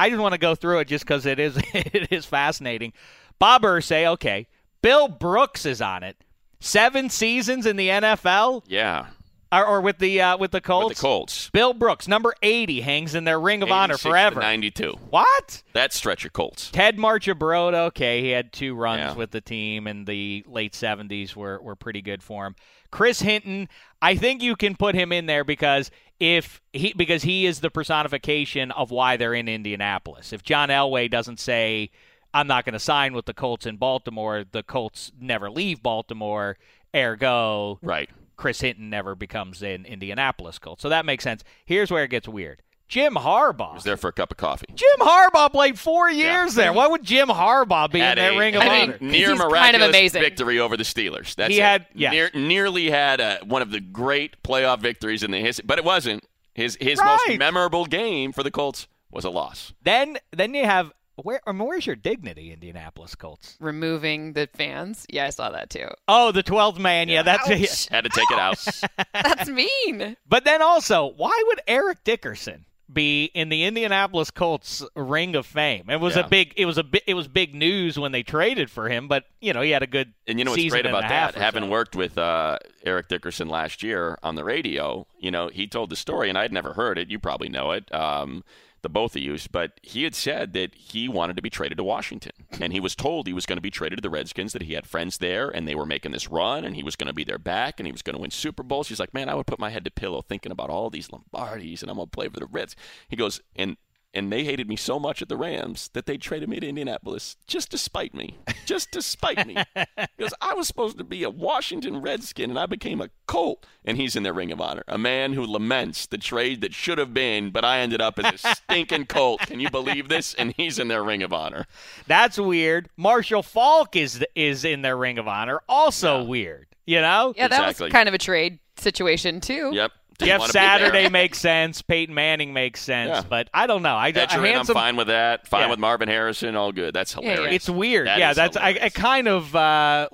I didn't want to go through it just because it is it is fascinating. Bob Ursay, okay. Bill Brooks is on it. Seven seasons in the NFL,
Yeah.
or, or with the uh, with the Colts.
With the Colts.
Bill Brooks, number eighty, hangs in their Ring of Honor
86 to
forever.
92.
What?
That stretch of Colts.
Ted Marchabrod, okay, he had two runs
Yeah.
with the team in the late seventies were were pretty good for him. Chris Hinton, I think you can put him in there because if he because he is the personification of why they're in Indianapolis. If John Elway doesn't say I'm not going to sign with the Colts in Baltimore, the Colts never leave Baltimore, ergo
Right.
Chris Hinton never becomes an Indianapolis Colt. So that makes sense. Here's where it gets weird. Jim Harbaugh.
Was there for a cup of coffee.
Jim Harbaugh played four years there. Why would Jim Harbaugh be
Had
in that
a-
ring of
had a
honor?
near
He's kind of
miraculous
amazing.
victory over the Steelers. That's
He
it.
had- yes.
Near- nearly had uh one of the great playoff victories in the history, but it wasn't. His his
Right.
most memorable game for the Colts was a loss.
Then, then you have where? I mean, where's your dignity, Indianapolis Colts?
Removing the fans. Yeah, I saw that too.
Oh, the 12th man. Yeah, that's it.
Had to take it out.
That's mean.
But then also, why would Eric Dickerson be in the Indianapolis Colts Ring of Fame? It was
Yeah.
a big. It was a. bi- It was big news when they traded for him. But you know, he had a good.
And you know what's
season
great
and a
about
half
that?
or
Having
so.
worked with uh, Eric Dickerson last year on the radio, you know, he told the story, and I'd never heard it. You probably know it, um, the both of you. But he had said that he wanted to be traded to Washington, and he was told he was going to be traded to the Redskins. That he had friends there, and they were making this run, and he was going to be their back, and he was going to win Super Bowls. He's like, man, I would put my head to pillow thinking about all these Lombardis, and I'm going to play for the Reds. He goes, and and they hated me so much at the Rams that they traded me to Indianapolis just to spite me, just to spite me, because I was supposed to be a Washington Redskin and I became a Colt. And he's in their Ring of Honor, a man who laments the trade that should have been, but I ended up as a stinking Colt. Can you believe this? And he's in their Ring of Honor.
That's weird. Marshall Falk is is in their Ring of Honor. Also weird. You know.
Yeah, that
Exactly.
was kind of a trade situation too.
Yep. Didn't
Jeff
wanna be there.
Saturday makes sense. Peyton Manning makes sense.
Yeah.
But I don't know. I a
Etcherin, I'm
handsome-
fine with that. Fine
Yeah.
with Marvin Harrison. All good. That's
yeah.
hilarious.
It's weird.
That
yeah,
is
that's I,
hilarious.
it. Kind of uh,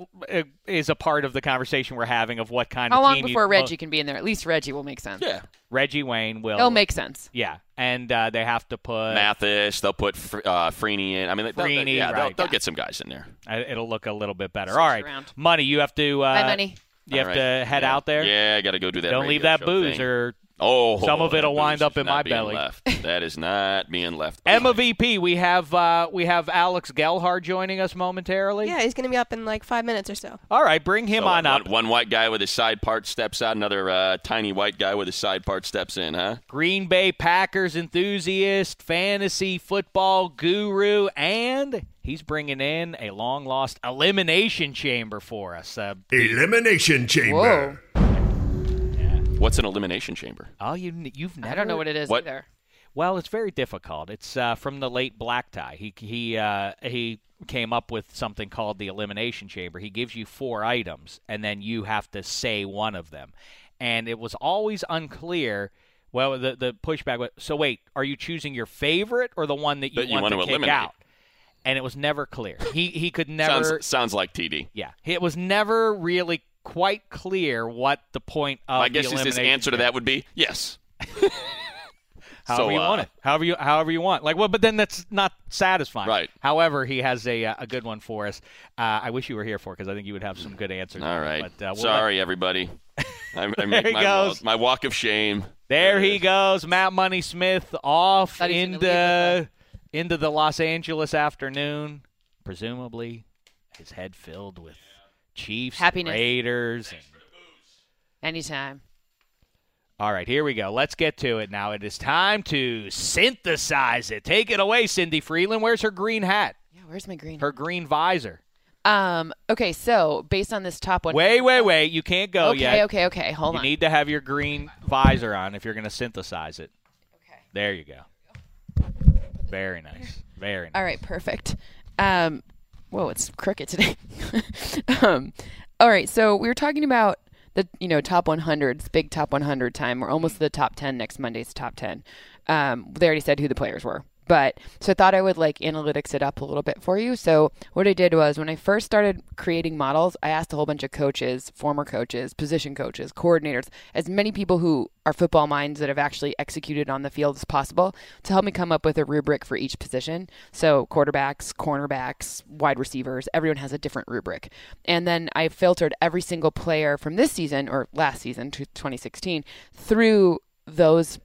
is a part of the conversation we're having of what kind
How
of
long
team you-
before
well,
Reggie can be in there? At least Reggie will make sense.
yeah.
Reggie Wayne will
It'll make sense.
Yeah, and uh, they have to put.
Mathis. They'll put Fr- uh, Freeney in. I mean, they'll,
Freeney,
yeah, they'll,
right.
they'll get some guys in there.
I- uh, It'll look a little bit better. All right,
around.
money. You have to. Uh,
Bye, money.
You have
All right.
to head
Yeah.
out there.
Yeah, I got to go do that.
Don't leave
radio
that
show
booze
thing.
or
oh,
some of
that
it'll
booze
wind up
is
in
not
my
being
belly.
Left. That is not being left. behind.
MVP. We have uh, we have Alex Gelhard joining us momentarily.
Yeah, he's going to be up in like five minutes or so.
All right, bring him
So
on
Oh, one,
up.
One white guy with his side part steps out. Another uh, tiny white guy with his side part steps in. Huh?
Green Bay Packers enthusiast, fantasy football guru, and he's bringing in a long lost elimination chamber for us. Uh,
Elimination
Whoa.
Chamber.
What's an elimination chamber?
oh, you you've never
I don't know what it is
What?
either.
Well, it's very difficult. It's uh, from the late Black Tie. He he uh, he came up with something called the elimination chamber. He gives you four items, and then you have to say one of them. And it was always unclear. Well, the the pushback was so wait, are you choosing your favorite or the one that you,
That you want to
to kick
eliminate.
out? And it was never clear. He he could never.
Sounds sounds like TD.
yeah, it was never really quite clear what the point of.
My
the
guess is his
elimination
answer to
chamber-
that would be yes.
However
So,
you
uh,
want it. However you however you want. Like well, but then that's not satisfying.
Right.
However, he has a uh, a good one for us. Uh, I wish you were here for because I think you would have some good answers.
All right.
But, uh, we'll let-
Sorry, everybody. I, I
There
make
he
my,
goes.
walk- my walk of shame.
there
it
he
is.
goes, Matt Money Smith off
Thought he was gonna leave
into into the Los Angeles afternoon, presumably his head filled with Chiefs, and
Happiness.
Raiders. and-
Anytime.
all right, here we go. Let's get to it now. It is time to synthesize it. Take it away, Cindy Freeland. Where's her green hat?
Yeah, where's my green?
Her green visor.
Um. Okay, so based on this top one.
Wait, wait, wait. You can't go
okay,
yet.
okay, okay. Hold
Oh, You
on.
need to have your green visor on if you're going to synthesize it. Okay. There you go. Very nice. Very nice.
All right, perfect. Um, whoa, it's crooked today. um, all right, so we were talking about the you know top 100s, big top 100 time. We're almost to the top 10 next Monday's top 10. Um, they already said who the players were, but so I thought I would like analytics it up a little bit for you. So what I did was when I first started creating models, I asked a whole bunch of coaches, former coaches, position coaches, coordinators, as many people who are football minds that have actually executed on the field as possible to help me come up with a rubric for each position. So, quarterbacks, cornerbacks, wide receivers, everyone has a different rubric. And then I filtered every single player from this season or last season to 2016 through those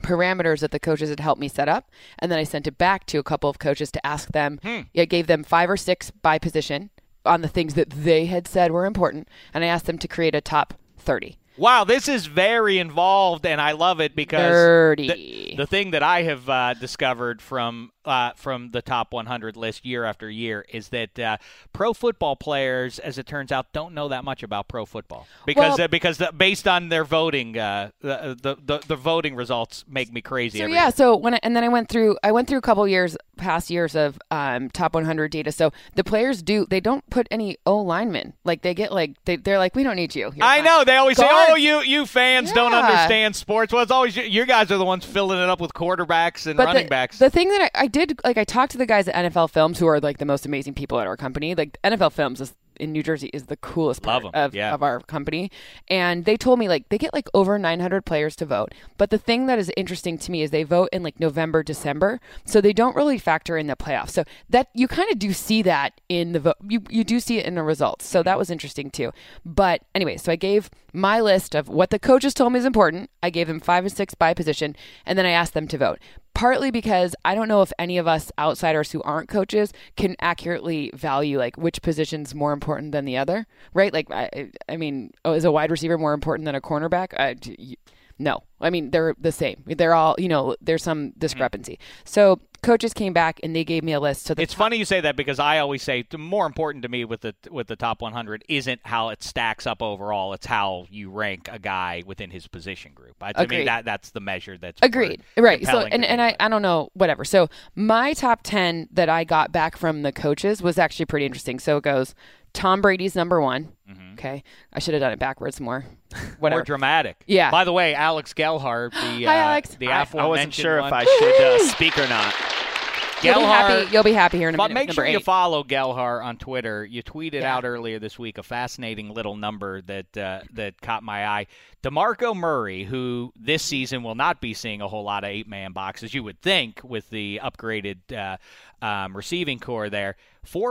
parameters that the coaches had helped me set up and then i sent it back to a couple of coaches to ask them
Hmm.
i gave them five or six by position on the things that they had said were important and i asked them to create a top 30
Wow, this is very involved, and I love it because
Dirty.
the, the thing that I have uh, discovered from uh, from the top 100 list year after year is that uh, pro football players, as it turns out, don't know that much about pro football because
Well-
uh, because the, based on their voting, uh, the, the the the voting results make me crazy.
So
every
yeah, so when I, and then I went through I went through a couple years past years of um, top 100 data. So the players do they don't put any O linemen like they get like they they're like we don't need you. You're
I
fine."
know they always say, "Oh,
Guards-
you you fans don't
Yeah.
understand sports." Well, it's always you, you guys are the ones filling it up with quarterbacks and running
the,
backs.
The thing that I, I did, like, I talked to the guys at NFL Films, who are like the most amazing people at our company. Like, NFL Films is, in New Jersey is the coolest part
Love 'em.
of,
Yeah.
of our company, and they told me like they get like over 900 players to vote. But the thing that is interesting to me is they vote in like November, December, so they don't really factor in the playoffs. So that you kind of do see that in the vote. You you do see it in the results. So that was interesting too. But anyway, so I gave my list of what the coaches told me is important. I gave them five and six by position, and then I asked them to vote partly because I don't know if any of us outsiders who aren't coaches can accurately value like which position's more important than the other, right? Like I, I mean, oh, is a wide receiver more important than a cornerback? I, No, I mean they're the same. They're all you know. There's some discrepancy. So coaches came back and they gave me a list. So the
It's funny you say that because I always say the more important to me with the with the top 100 isn't how it stacks up overall; it's how you rank a guy within his position group. I, to me,
Agreed.
that that's the measure that's
Agreed. Right. So
compelling to
and,
me.
and I, I don't know, whatever. So my top ten that I got back from the coaches was actually pretty interesting. So it goes Tom Brady's number one.
Mm-hmm.
Okay. I should have done it backwards more.
more
whatever.
dramatic.
Yeah.
By the way, Alex Gelhart, the
Hi,
uh,
Alex.
the
I, I
aforementioned
wasn't sure
one.
if I should uh, speak or not.
you'll be happy
Gelhart-
you'll be happy here in a
But
minute.
make
with
sure
number
you
eight.
follow Gelhar on Twitter. You tweeted
Yeah.
out earlier this week a fascinating little number that uh, that caught my eye. DeMarco Murray, who this season will not be seeing a whole lot of eight man boxes, you would think, with the upgraded uh, um, receiving core there.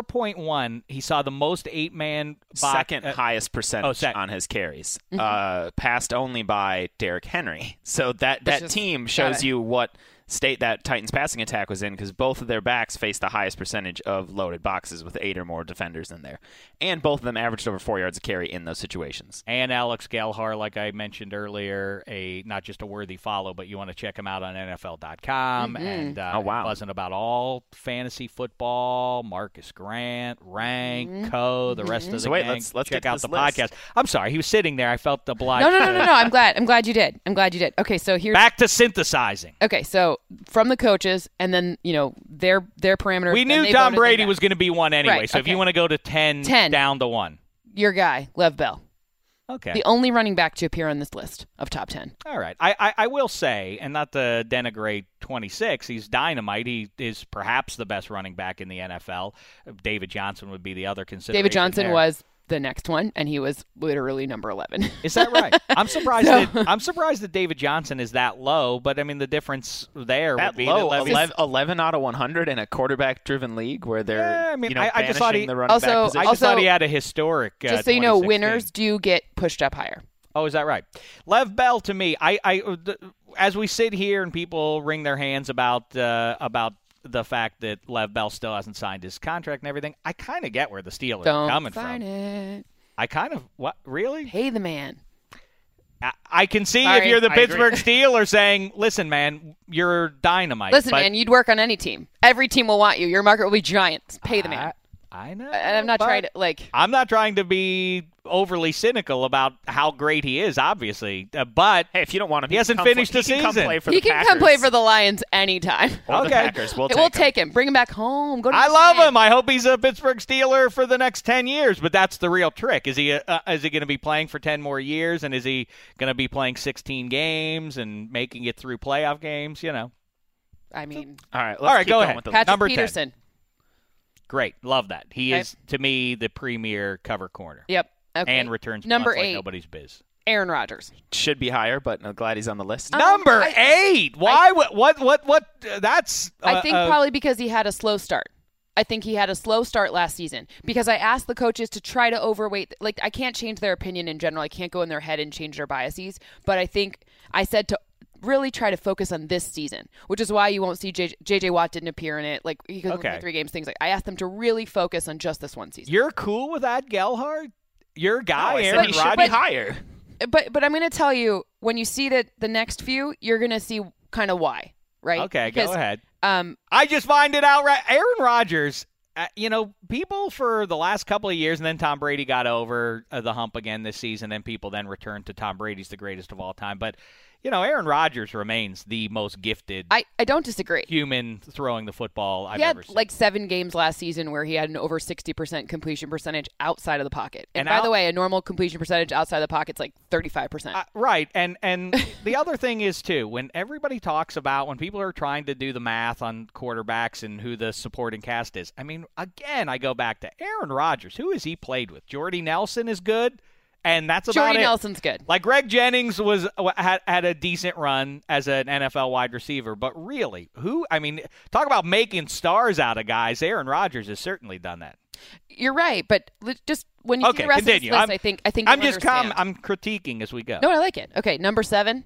4.1, he saw the most eight man box.
Second
uh,
highest percentage
oh, Mm-hmm. sec-
on his carries, uh, passed only by Derrick Henry. So that that
is-
team
got
shows
it.
you what state that Titans passing attack was in because both of their backs faced the highest percentage of loaded boxes with eight or more defenders in there, and both of them averaged over four yards a carry in those situations.
and Alex Galhar, like I mentioned earlier, a not just a worthy follow, but you want to check him out on NFL.com
Mm-hmm.
and uh,
Oh, wow.
buzzing about all fantasy football, Marcus Grant, Rank,
Mm-hmm.
Co, the rest of the
So wait,
gang.
let's- let's
check
get
out
this
the
list.
podcast. I'm sorry, he was sitting there. I felt obliged.
No, no, no,
to-
no, no. I'm glad. I'm glad you did. I'm glad you did. Okay, so here's
Back to synthesizing.
Okay, so from the coaches and then, you know, their their parameters.
We
then
knew
they
Tom
voted them
Brady
down.
was going to be one anyway,
Right,
so if
okay.
you want to go to 10,
10.
down to one.
your guy, Lev Bell.
Okay.
The only running back to appear on this list of top 10.
All right. I, I, I will say, and not to denigrate 26, he's dynamite. He is perhaps the best running back in the NFL. David Johnson would be the other consideration.
David Johnson
there.
was the next one, and he was literally number 11.
Is that right? I'm surprised.
So-
that, I'm surprised that David Johnson is that low. But I mean, the difference there
That
would be
low,
that Le'Veon-
11, 11 out of 100 in a quarterback-driven league where they're
Yeah, I mean,
you know,
I- I
banishing
just thought he-
the running back
Also-
position.
I just thought
Also-
he had a historic. Uh,
Just so you know,
2016.
winners do get pushed up higher.
Oh, is that right? Lev Bell to me, I, I th- as we sit here and people wring their hands about uh, about the fact that Lev Bell still hasn't signed his contract and everything, I kind of get where the Steelers are
Don't
coming
sign
from.
it.
I kind of what really?
Pay the man.
I, I can see if
Sorry.
you're the
I agree.
Pittsburgh Steelers saying, "Listen, man, you're dynamite."
Listen,
but
man, you'd work on any team. Every team will want you. Your market will be giant. Pay the man.
I, I know,
and I'm not
but-
trying to, like,
I'm not trying to be overly cynical about how great he is, obviously, uh, but
Hey, if you don't want him,
He hasn't
can come
finished
play,
the
he can
season.
Come play for
he
the
can come play
Packers.
for the Lions anytime.
Or the
Okay.
Packers. We'll take
we'll
him.
take him. Bring him back home. Go to
I
the
love
game.
him. I hope he's a Pittsburgh Steeler for the next ten years. But that's the real trick. Is he uh, is he going to be playing for ten more years, and is he going to be playing sixteen games and making it through playoff games? You know,
I mean,
All right, let's
All right,
keep
go
going
ahead.
With the
Patrick
Number 10.
Peterson.
great, love that. He
Okay.
is to me the premier cover corner
Yep. Okay.
and returns
number
punts like
eight.
nobody's biz.
Aaron Rodgers.
should be higher, but I'm glad he's on the list.
Um,
number
I-
eight. Why? what? What? What? what uh, that's.
I
uh,
think
uh,
probably because he had a slow start. I think he had a slow start last season because I asked the coaches to try to overweight. Like I can't change their opinion in general. I can't go in their head and change their biases. But I think I said to really try to focus on this season, which is why you won't see J- JJ Watt didn't appear in it. Like he could
Okay.
play three games, things like. I asked them to really focus on just this one season.
you're cool with that, Gelhard. Your
No,
guy,
I said
Aaron
he should be
Rodgers.
higher.
but but I'm gonna tell you when you see the the next few, you're gonna see kind of why, right?
Okay,
Because,
go ahead.
Um,
I just find it outright. Aaron Rodgers, uh, you know, people for the last couple of years, and then Tom Brady got over uh, the hump again this season, and people then returned to Tom Brady's the greatest of all time. But, you know, Aaron Rodgers remains the most gifted
I I don't disagree.
human throwing the football I've
he had
ever seen.
like seven games last season where he had an over 60% completion percentage outside of the pocket. And,
And
by
I'll-
the way, a normal completion percentage outside of the pocket's like 35%.
Uh, right, and and the other thing is too when everybody talks about when people are trying to do the math on quarterbacks and who the supporting cast is. I mean, again, I go back to Aaron Rodgers. Who has he played with? Jordy Nelson is good, and that's about
Jordy
it.
Nelson's good.
Like Greg Jennings was uh, had, had a decent run as an NFL wide receiver, but really, who? I mean, talk about making stars out of guys. Aaron Rodgers has certainly done that.
You're right, but li- just when you see
okay,
the rest of
continue.
this list,
I'm,
I think I think
I'm
you'll
just com-
understand.
I'm critiquing as we go.
No, I like it. Okay, number 7,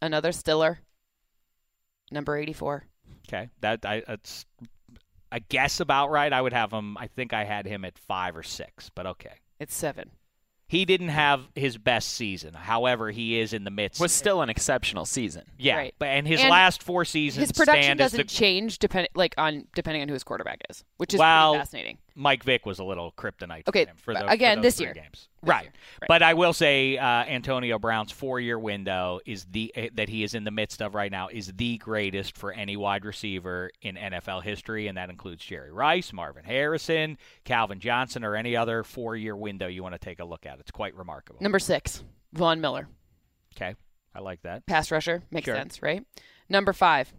another Stiller. Number 84.
Okay, that I that's I guess about right. I would have him. I think I had him at five or six, but okay.
It's 7.
He didn't have his best season. However, he is in the midst.
was still an exceptional season.
yeah,
Right.
but and his
And
last four seasons
His production
stand as
doesn't
the
change depend like on depending on who his quarterback is, which is
Well,
pretty fascinating.
Mike Vick was a little kryptonite
Okay,
for him for
but
those,
again,
for those
this
three
year.
games.
This
right.
year, right.
But I will say uh, Antonio Brown's four-year window is the eh, that he is in the midst of right now is the greatest for any wide receiver in NFL history, and that includes Jerry Rice, Marvin Harrison, Calvin Johnson, or any other four-year window you want to take a look at. It's quite remarkable.
Number six, Vaughn Miller,
Okay, I like that.
pass rusher, makes
Sure.
sense, right? Number five,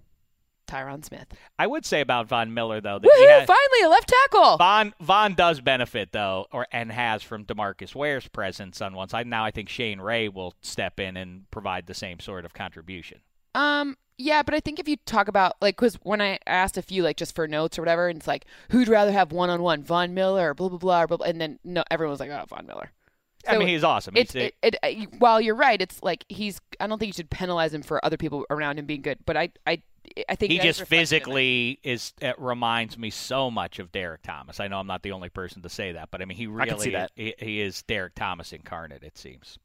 Tyron Smith.
I would say about Von Miller though that he
Woohoo!
has,
Finally, a left tackle.
Von Von does benefit though, or and has from Demarcus Ware's presence on one side. Now I think Shane Ray will step in and provide the same sort of contribution.
Um, yeah, but I think if you talk about like, because when I asked a few like just for notes or whatever, and it's like, who'd rather have one on one, Von Miller or blah blah blah, or blah, blah, and then no, everyone was like, oh, Von Miller.
I
So
mean, he's awesome. He's
It's
the-
it, it, uh, while you're right, it's like he's. I don't think you should penalize him for other people around him being good, but I I I think
he
that is
just
reflected in that.
physically is it reminds me so much of Derek Thomas. I know I'm not the only person to say that, but I mean he
I
really
can see that.
He, he is Derek Thomas incarnate. It seems.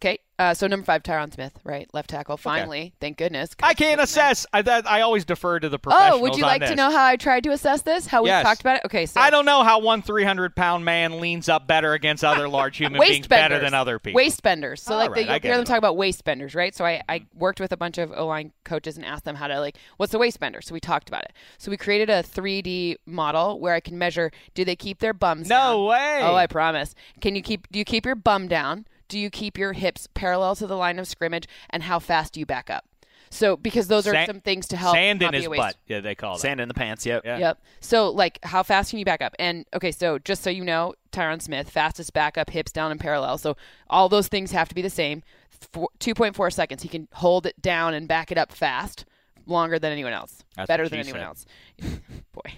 Okay, uh, so number five, Tyron Smith, right, left tackle. Finally, thank goodness.
I can't assess. I that, I always defer to the professionals.
Oh, would you
on
like to
this.
know how I tried to assess this? How we
Yes.
have talked about it? Okay, so
I don't know how one 300 pound man leans up better against other large human
waist
beings
benders.
better than other people.
Waist benders. So
All
like
right,
they
I
you
get
hear them
it. Mm-hmm.
talk about waist benders, right? So I, I worked with a bunch of O line coaches and asked them how to like what's the waist bender. So we talked about it. So we created a 3D model where I can measure do they keep their bums?
No
down?
way.
Oh, I promise. Can you keep do you keep your bum down? Do you keep your hips parallel to the line of scrimmage? And how fast do you back up? So because those are
Sa-
some things to help
Sand
not
in
be
his
a waste.
butt. Yeah, they call it.
Sand in the pants. Yep.
Yeah.
Yep. So, like, how fast can you back up? And okay, so just so you know, Tyron Smith, fastest back up, hips down and parallel. So all those things have to be the same. Four, 2.4 seconds. He can hold it down and back it up fast, longer than anyone else,
That's
better
what
than
she
anyone
said.
else. boy,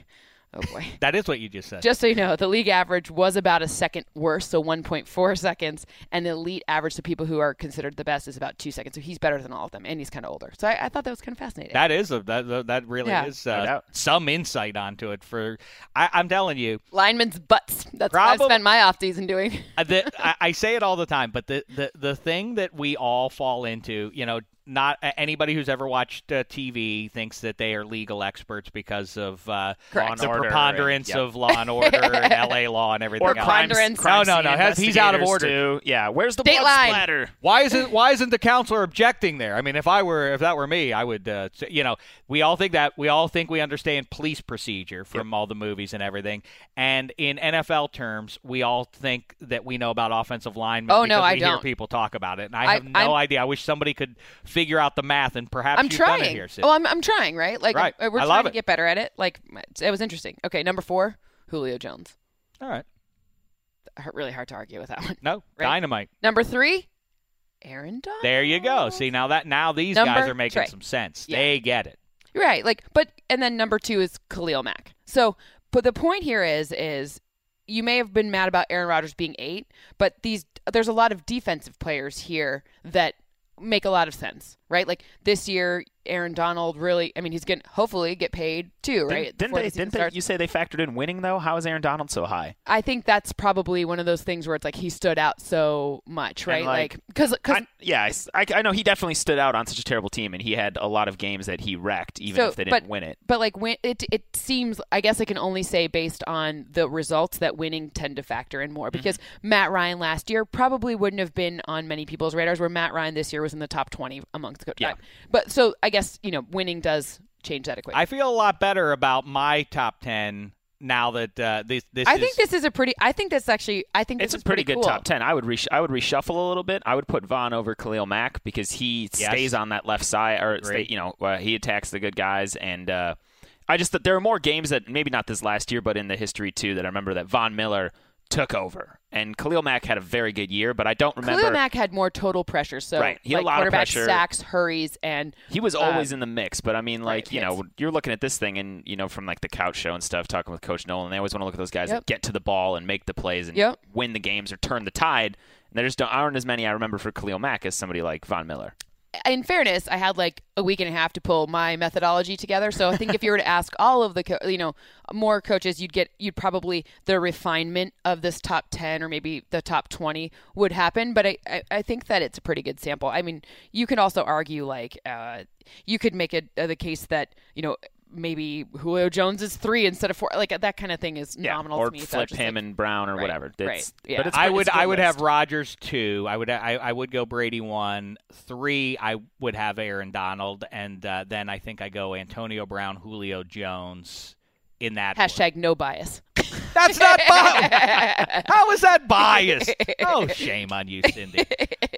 oh boy.
That is what you just said.
Just so you know, the league average was about a second worse, so 1.4 seconds, and the elite average to people who are considered the best is about two seconds. So he's better than all of them, and he's kind of older. So I, I thought that was kind of fascinating.
that is a, that that- that really
Yeah.
is
No
uh,
doubt.
some insight onto it. For I, I'm telling you,
Linemen's butts. That's what
Probab-
I spend my off season doing.
Uh, the, I, I say it all the time, but the, the, the thing that we all fall into, you know, not uh, anybody who's ever watched uh, TV thinks that they are legal experts because of uh,
Correct.
the
Law and order
preponderance
and- yep.
of law and order and LA law and everything
Or
else.
crime,
Preponderance.
crime
No, no,
scene
no, has- he's out of
investigators,
order.
too. Yeah. Where's the
State
blood
line.
splatter?
Why isn't why isn't the counselor objecting there? I mean, if I were if that were me, I would. Uh, say- you know, we all think that we all think we understand police procedure from all the movies and everything. And in NFL terms, we all think that we know about offensive linemen.
Oh,
because
no, I
we Hear
don't.
people talk about it, and I,
I-
have no
I'm-
idea. I wish somebody could figure out the math, and perhaps
I'm
you've
trying.
done it here. Sid.
Oh, I'm, I'm trying, right? Like
Right.
uh, we're
I love
trying to
it.
get better at it. Like my- it was interesting. Okay, number four, Julio Jones.
all right.
Har- Really hard to argue with that one.
No,
Right.
dynamite.
Number three, Aaron Donald.
There you go. See now that now these
Oh. Number
guys are making
three.
some sense.
Yeah.
They get it.
You're right. Like, but and then number two is Khalil Mack. So, but the point here is, is you may have been mad about Aaron Rodgers being eight, but these there's a lot of defensive players here that make a lot of sense, right? Like this year, Aaron Donald really. I mean, he's gonna hopefully get paid too, right?
Didn't, didn't
Before
they?
the season
Didn't they?
starts.
You say they factored in winning though. How is Aaron Donald so high?
I think that's probably one of those things where it's like he stood out so much,
And,
right?
like,
Like, because
I, yeah, I s- I, I know he definitely stood out on such a terrible team, and he had a lot of games that he wrecked, even
So,
if they didn't
but-
win it.
but like when it it seems I guess I can only say based on the results that winning tend to factor in more because
Mm-hmm.
Matt Ryan last year probably wouldn't have been on many people's radars where Matt Ryan this year was in the top 20 amongst coaches.
Yeah.
But so I guess, you know, winning does change that equation.
I feel a lot better about my top ten now that uh, this this.
I
is,
think this is a pretty I think that's actually I think
It's
this
a
is
pretty, good
cool.
top ten. I would resh- I would reshuffle a little bit. I would put Vaughn over Khalil Mack because he stays on that left side, or stay, you know, uh, he attacks the good guys. And uh, I just thought there are more games that maybe not this last year, but in the history too that I remember that Von Miller took over, and Khalil Mack had a very good year, but I don't remember.
Khalil Mack had more total pressure, so
Right. He had a
like
lot of
quarterback
pressure.
sacks, hurries, and
He was always in the mix, but I mean, like
right,
you
hits.
know, you're looking at this thing, and you know, from like the couch show and stuff, talking with Coach Nolan, they always want to look at those guys
Yep.
that get to the ball and make the plays and
Yep.
win the games or turn the tide. And there just don't, aren't as many I remember for Khalil Mack as somebody like Von Miller.
in fairness, I had like a week and a half to pull my methodology together. So I think if you were to ask all of the, co- you know, more coaches, you'd get, you'd probably the refinement of this top ten or maybe the top twenty would happen. But I, I, I think that it's a pretty good sample. I mean, you could also argue like, uh, you could make a, the case that you know maybe Julio Jones is three instead of four. Like that kind of thing is nominal
or
to me. so
flip
just,
him
like,
and Brown or
Right,
whatever. It's,
right, yeah.
But it's,
I
it's
would
a good
I would
list.
have Rogers two. I would I, I would go Brady one three. I would have Aaron Donald, and uh, then I think I go Antonio Brown, Julio Jones. In that order.
hashtag no bias.
That's not biased. How is that biased? Oh, shame on you, Cindy.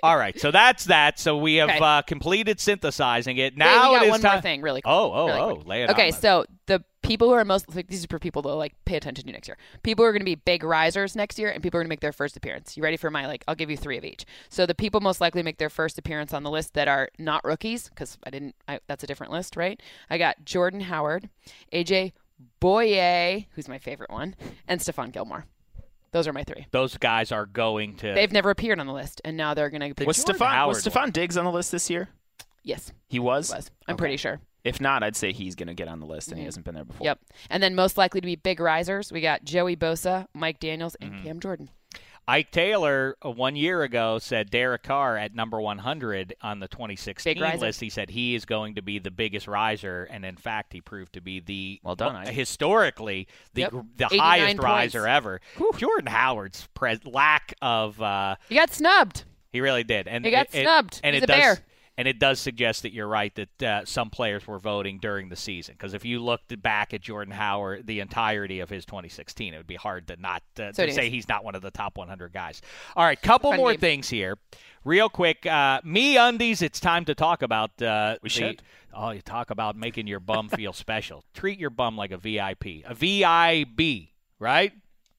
All right, so that's that. So we have
Okay.
uh, completed synthesizing it.
Wait,
Now
we got
it is
one
time.
more thing, really quick.
Oh, oh,
really
oh!
quick.
Lay it
okay,
on.
so the people who are most like these are for people to like pay attention to next year. People who are going to be big risers next year, and people are going to make their first appearance. You ready for my like? I'll give you three of each. So the people most likely to make their first appearance on the list that are not rookies, because I didn't. I, that's a different list, right? I got Jordan Howard, AJ Boye, who's my favorite one, and Stephon Gilmore. Those are my three.
those guys are going to.
They've never appeared on the list, and now they're going to.
Was
Jordan
Stephon was
Howard one.
Stephon Diggs on the list this year?
Yes,
He was.
was. I'm pretty sure.
If not, I'd say he's going to get on the list,
Mm-hmm.
and he hasn't been there before.
Yep. And then most likely to be big risers, we got Joey Bosa, Mike Daniels, and
Mm-hmm.
Cam Jordan.
Ike Taylor uh, one year ago said Derek Carr at number 100 on the 2016
Big riser.
list. He said he is going to be the biggest riser, and in fact, he proved to be the
Well done, Ike.
historically the
Yep.
gr- the
89
highest
points.
riser ever. Jordan Howard's pre- lack of uh,
You got snubbed.
he really did, and
He got
it- it-
snubbed.
and
He's
it
a
does.
bear.
And it does suggest that you're right that uh, some players were voting during the season because if you looked back at Jordan Howard the entirety of his 2016, it would be hard to not uh,
So it
to
is.
say he's not one of the top 100 guys. All right, couple
Fun
more
game.
things here, real quick. Uh, me undies, it's time to talk about. Uh,
We
the-
should.
Oh, you talk about making your bum feel special. Treat your bum like a VIP, a VIB, right?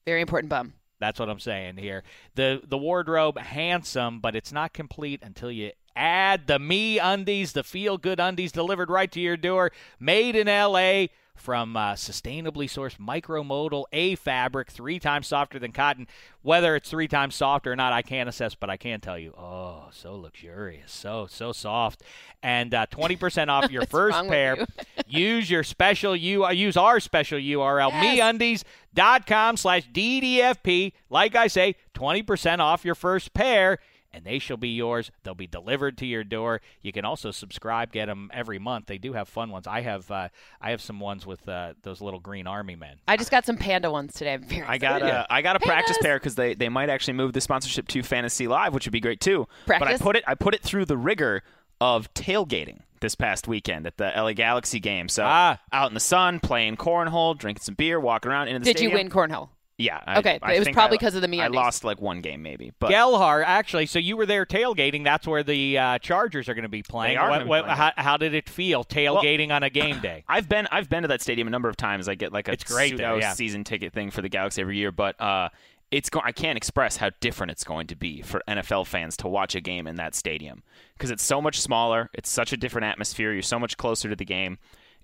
Very important bum.
That's what I'm saying here. The the wardrobe handsome, but it's not complete until you add the me undies, the feel good undies delivered right to your door, made in LA from uh, sustainably sourced micromodal A fabric, three times softer than cotton. Whether it's three times softer or not, I can't assess, but I can tell you, oh, so luxurious, so so soft, and uh, 20% off your first
wrong with
pair.
you?
use your special U. uh, Use our special URL,
Yes.
meundies.com slash DDFP. Like I say, 20% off your first pair, and they shall be yours. They'll be delivered to your door. You can also subscribe, get them every month. They do have fun ones. I have uh, I have some ones with uh, those little green army men.
I just got some panda ones today. I'm very
I
excited.
got a I got a
Hey,
practice
guys.
pair because they, they might actually move the sponsorship to Fantasy Live, which would be great too. But I
Practice?
put it I put it through the rigor of tailgating this past weekend at the LA Galaxy game. So
Ah.
out in the sun, playing cornhole, drinking some beer, walking around into the
Did you
stadium.
win cornhole?
Yeah. I,
Okay,
I
it was
think
probably
I-
'cause of the
I
meundies.
lost like one game maybe, but
Gelhar, actually, so you were there tailgating. That's where the uh, Chargers are going to be playing.
They are
What-
gonna be
what-
playing.
How, how did it feel tailgating on a game day?
I've been I've been to that stadium a number of times. I get like a
It's great
pseudo
there, yeah.
season ticket thing for the Galaxy every year, but uh, it's go- I can't express how different it's going to be for NFL fans to watch a game in that stadium because it's so much smaller. It's such a different atmosphere. You're so much closer to the game.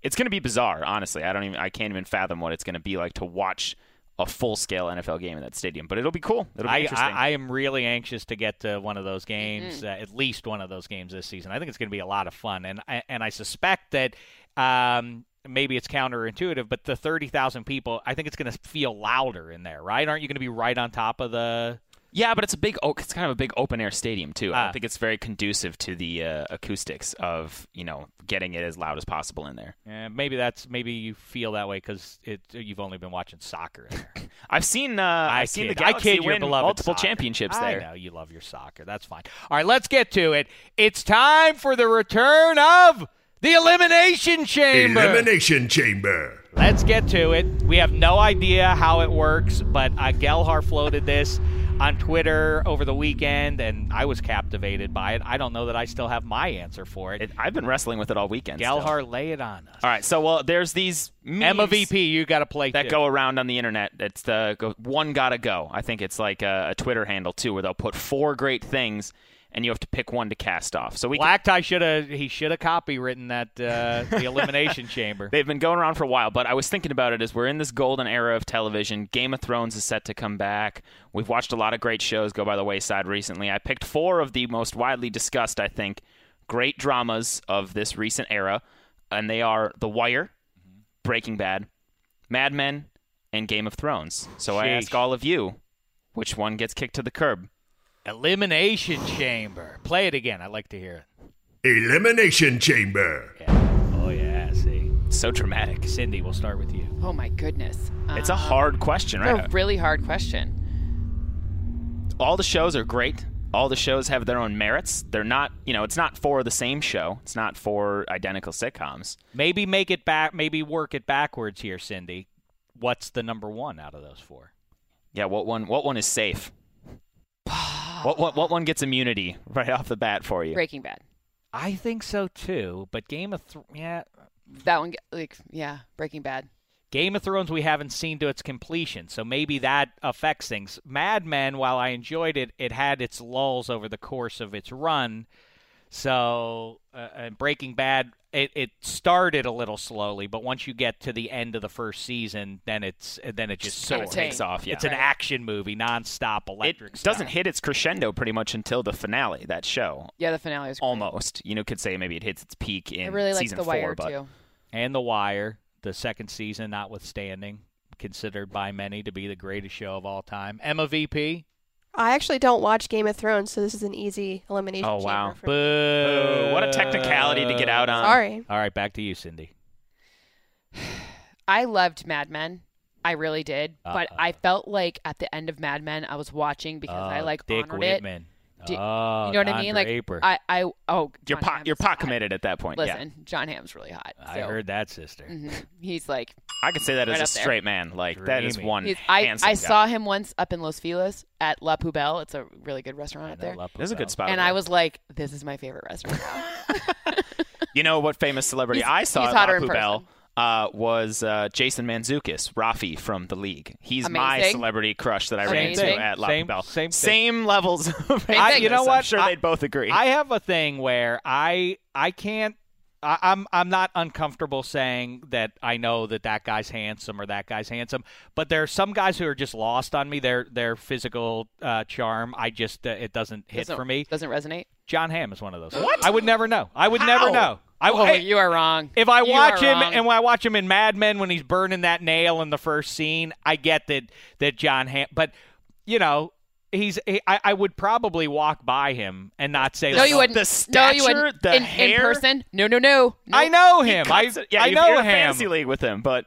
It's going to be bizarre, honestly. I don't even I can't even fathom what it's going to be like to watch a full scale NFL game in that stadium. But it'll be cool. It'll be
I,
interesting.
I, I am really anxious to get to one of those games, uh, at least one of those games this season. I think it's going to be a lot of fun, and I, and I suspect that um, maybe it's counterintuitive, but the thirty thousand people, I think it's going to feel louder in there, right? Aren't you going to be right on top of the?
Yeah, but it's a big. o- It's kind of a big open air stadium too. I
Ah.
don't think it's very conducive to the uh, acoustics of you know getting it as loud as possible in there.
Eh, maybe that's maybe you feel that way because it you've only been watching soccer. in there.
I've seen. Uh, I've seen the
kid.
Galaxy
I kid your
win
beloved
multiple
soccer.
championships
I
there.
know you love your soccer. That's fine. All right, let's get to it. It's time for the return of the elimination chamber.
Elimination Chamber.
Let's get to it. We have no idea how it works, but uh, Gelhar floated this on Twitter over the weekend, and I was captivated by it. I don't know that I still have my answer for it.
It, I've been wrestling with it all weekend. still.
Gelhar, lay it on us.
All right. So well, there's these memes
Emma VP, you got to play
that
too.
go around on the internet. It's the go, one gotta go. I think it's like a, a Twitter handle too, where they'll put four great things, and you have to pick one to cast off. So we can-
Black tie should have he should have copywritten that uh, the elimination chamber.
They've been going around for a while, but I was thinking about it as we're in this golden era of television. Game of Thrones is set to come back. We've watched a lot of great shows go by the wayside recently. I picked four of the most widely discussed, I think, great dramas of this recent era, and they are The Wire, Breaking Bad, Mad Men, and Game of Thrones. So I ask
Sheesh.
all of you, which one gets kicked to the curb?
Elimination Chamber. Play it again. I like to hear it.
Elimination Chamber.
Oh yeah, see.
So dramatic.
Cindy, we'll start with you.
Oh my goodness.
It's a
Um,
hard question,
it's
right?
a really hard question.
all the shows are great. All the shows have their own merits. They're not, you know, it's not for the same show. It's not for identical sitcoms.
Maybe make it back. Maybe work it backwards here, Cindy. What's the number one out of those four?
Yeah, what one? What one is safe? what, what what one gets immunity right off the bat for you?
Breaking Bad.
I think so too. But Game of Thrones, yeah,
That one, get- like, yeah, Breaking Bad.
Game of Thrones we haven't seen to its completion, so maybe that affects things. Mad Men, while I enjoyed it, it had its lulls over the course of its run. So, uh, and Breaking Bad, it, it started a little slowly, but once you get to the end of the first season, then it's then it just
kinda
soars.
takes
It's off. Yeah,
It's an action movie, nonstop
it
electric.
doesn't
stuff.
hit its crescendo pretty much until the finale. That show
Yeah, the finale was. Great.
almost, you know, could say maybe it hits its peak
I
in
really liked
season
The Wire
four, but
too.
And The Wire, the second season, notwithstanding, considered by many to be the greatest show of all time. Emma VP.
I actually don't watch Game of Thrones, so this is an easy elimination.
Oh, wow.
chamber for me.
Boo!
Boo, what a technicality to get out on.
Sorry.
All right, back to you, Cindy.
I loved Mad Men. I really did, but
Uh-uh.
I felt like at the end of Mad Men, I was watching because I
Oh,
like
Dick
honored it.
Whitman.
Di-
oh,
you know what
Don
I mean?
Draper.
Like I, I, oh,
You're
John
pot,
Hamm's
you're pot
hot.
committed at that point. yeah,
Listen, John Ham's really hot.
I
so-
heard that, sister.
Mhm. He's like,
I could say that
Right
as a
up there.
straight man. Like that is
Dreamy.
one.
he's, I,
handsome
I
guy.
saw him once up in Los Feliz at La Poubelle. It's a really good restaurant
I
up
know
there.
Lupus
That's a
though.
good spot.
And
over
I
there.
was like, this is my favorite restaurant.
You know what famous celebrity
He's-
I saw
he's
at
hotter
La
in
Poubelle uh, was uh, Jason Manzukis, Rafi from The League. He's my
Amazing.
celebrity crush that I ran
Amazing.
into at La
Same-
Poubelle.
same thing.
Same levels of
I- you
randomness.
know
I'm
what?
sure
I-
they'd both agree.
I have a thing where I I can't. I, I'm I'm not uncomfortable saying that I know that that guy's handsome or that guy's handsome, but there are some guys who are just lost on me. Their their physical uh, charm, I just uh, it doesn't hit
Doesn't-
for me.
Doesn't resonate.
John Hamm is one of those. What? I would never know. I would never
How?
know. I
Oh,
hey,
you are wrong.
If I
You
watch
are
him
wrong.
and when I watch him in Mad Men when he's burning that nail in the first scene, I get that that John Ham, but you know, he's he, I, I would probably walk by him and not say
no,
like,
you
"Oh,
wouldn't.
The
no, you
stature,
wouldn't.
the
in,
hair.
in person. No, no, no. no.
I know him. I,
Constant- yeah,
I
you-
know
you're in
him.
fantasy league with him, but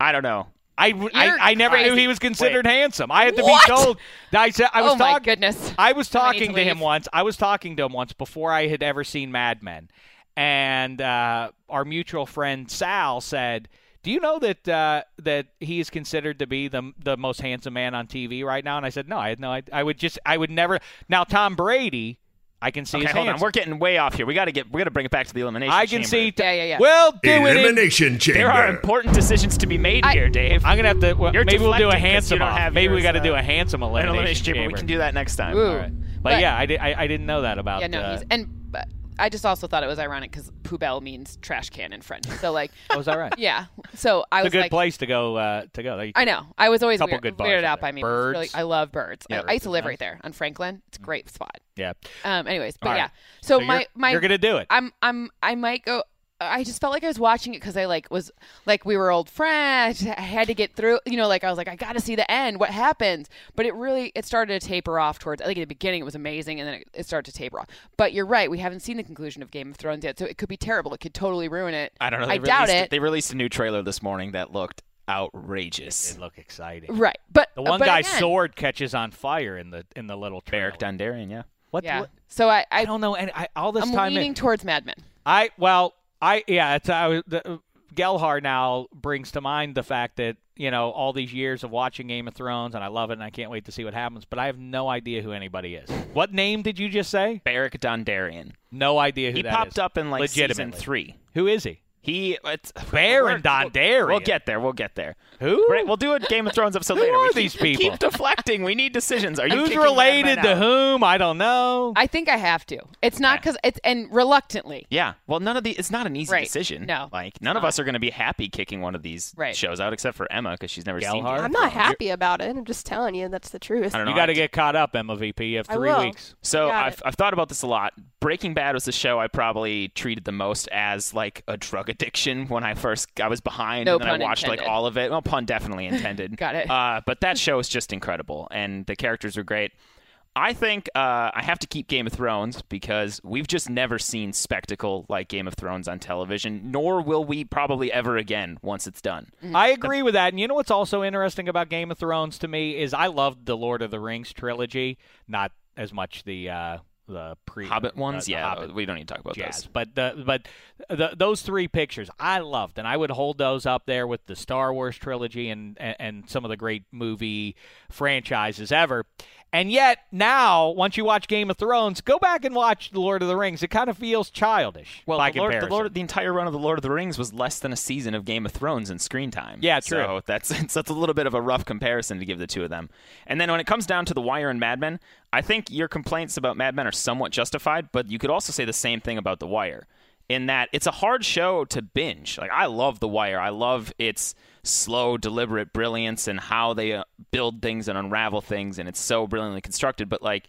I don't know.
I, I,
You're
I never knew
crazy.
he was considered handsome. I had to
What?
be told. I said I was
oh my
talking-
goodness.
I was
Now I need
talking
to
to him
leave.
once. I was talking to him once before I had ever seen Mad Men, and uh, our mutual friend Sal said, "Do you know that uh, that he is considered to be the the most handsome man on TV right now?" And I said, "No, I had no. I, I would just. I would never." Now Tom Brady, I can see.
Okay,
his
hold on.
hands.
We're getting way off here. We got to get. We got to bring it back to the elimination.
I can
chamber.
see.
Yeah, yeah, yeah.
Well, do it. in-
Elimination Chamber.
There are important decisions to be made
I-
here, Dave.
I'm gonna have to. Well,
You're
maybe we'll do a
deflecting 'cause you
handsome.
don't
off.
have
maybe we
yours,
got to
uh,
do a handsome
An
elimination,
elimination chamber. We can do that next time.
Ooh.
All right. But,
But-
yeah, I, di- I I didn't know that about.
Yeah, no,
uh,
he's and but I just also thought it was ironic because poubelle means trash can in French. So like,
Oh, is that right?
yeah. So I
It's a
was
good
like,
place to go. Uh, to go. There you
I know. I was always
Couple
weird,
good bars
weirded
out
out by
there.
me. It's really-
Birds.
I love birds. I-
Yeah,
I, used to
birds
live
are
right there on Franklin. It's a great spot.
Yeah.
Um. Anyways, but
All right.
yeah. So,
So
my
you're,
my
you're gonna do it.
I'm I'm I might go. I just felt like I was watching it because I like was like we were old friends. I had to get through, you know. Like I was like, I got to see the end. What happens? But it really it started to taper off towards. I think at the beginning it was amazing, and then it, it started to taper off. But you're right. We haven't seen the conclusion of Game of Thrones yet, so it could be terrible. It could totally ruin it.
I don't know. They
I doubt
released-
it.
They released a new trailer this morning that looked outrageous.
They look exciting.
Right. But
The one
but
guy's
again-
sword catches on fire in the in the little trailer.
Eric Dondarrion, yeah.
What?
Yeah.
what-
So I
I
I,
don't know. And I, all this
I'm
time, in-
leaning towards Mad Men.
I well, I yeah. It's I was the, Gelhar now brings to mind the fact that you know all these years of watching Game of Thrones, and I love it, and I can't wait to see what happens. But I have no idea who anybody is. What name did you just say?
Eric Dondarrion.
No idea who
He
that
popped
is.
up in like season
Legitimately.
three.
Who is he?
He it's,
Baron
we're-
Dondarrion.
We'll get there. We'll get there.
Who?
Right, we'll do a Game of Thrones episode
Who
later.
are
we keep-
these
we
people?
keep deflecting. We need decisions. Are you
Who's
kicking mad
related
men
to
out?
whom? I don't know.
I think I have to. It's not because it's and reluctantly.
Yeah. Well, none of the it's not an easy
Right.
decision.
No,
Like none of
not.
us are going to be happy kicking one of these
Right.
shows out except for Emma because she's never seen.
Gellhard?
it.
I'm not happy about it. I'm just telling you that's the truth.
I don't know.
you got to
I-
get caught up, Emma VP. You have
I
three
will.
weeks.
So
Got
I've,
it.
I've thought about this a lot. Breaking Bad was the show I probably treated the most as like a drug addiction when I first I was behind
No
and then
pun
I watched like
intended.
all of it. Well, pun definitely intended.
Got it.
Uh, but that show is just incredible, and the characters are great. I think uh, I have to keep Game of Thrones because we've just never seen spectacle like Game of Thrones on television, nor will we probably ever again once it's done.
Mm-hmm.
I agree with that. And you know what's also interesting about Game of Thrones to me is I loved the Lord of the Rings trilogy, not as much the uh, the pre
Hobbit ones,
uh, the
yeah,
Hobbit
we don't need to talk about
jazz.
those.
But the but the, those three pictures I loved, and I would hold those up there with the Star Wars trilogy and, and and some of the great movie franchises ever. And yet now, once you watch Game of Thrones, go back and watch The Lord of the Rings. It kind of feels childish.
Well,
by
the, Lord, the
comparison.
Lord, the entire run of the Lord of the Rings was less than a season of Game of Thrones in screen time.
Yeah, true.
So that's so that's a little bit of a rough comparison to give the two of them. And then when it comes down to The Wire and Mad Men, I think your complaints about Mad Men are somewhat justified, but you could also say the same thing about The Wire, in that it's a hard show to binge. Like I love The Wire. I love its slow, deliberate brilliance and how they uh, build things and unravel things, and it's so brilliantly constructed. But like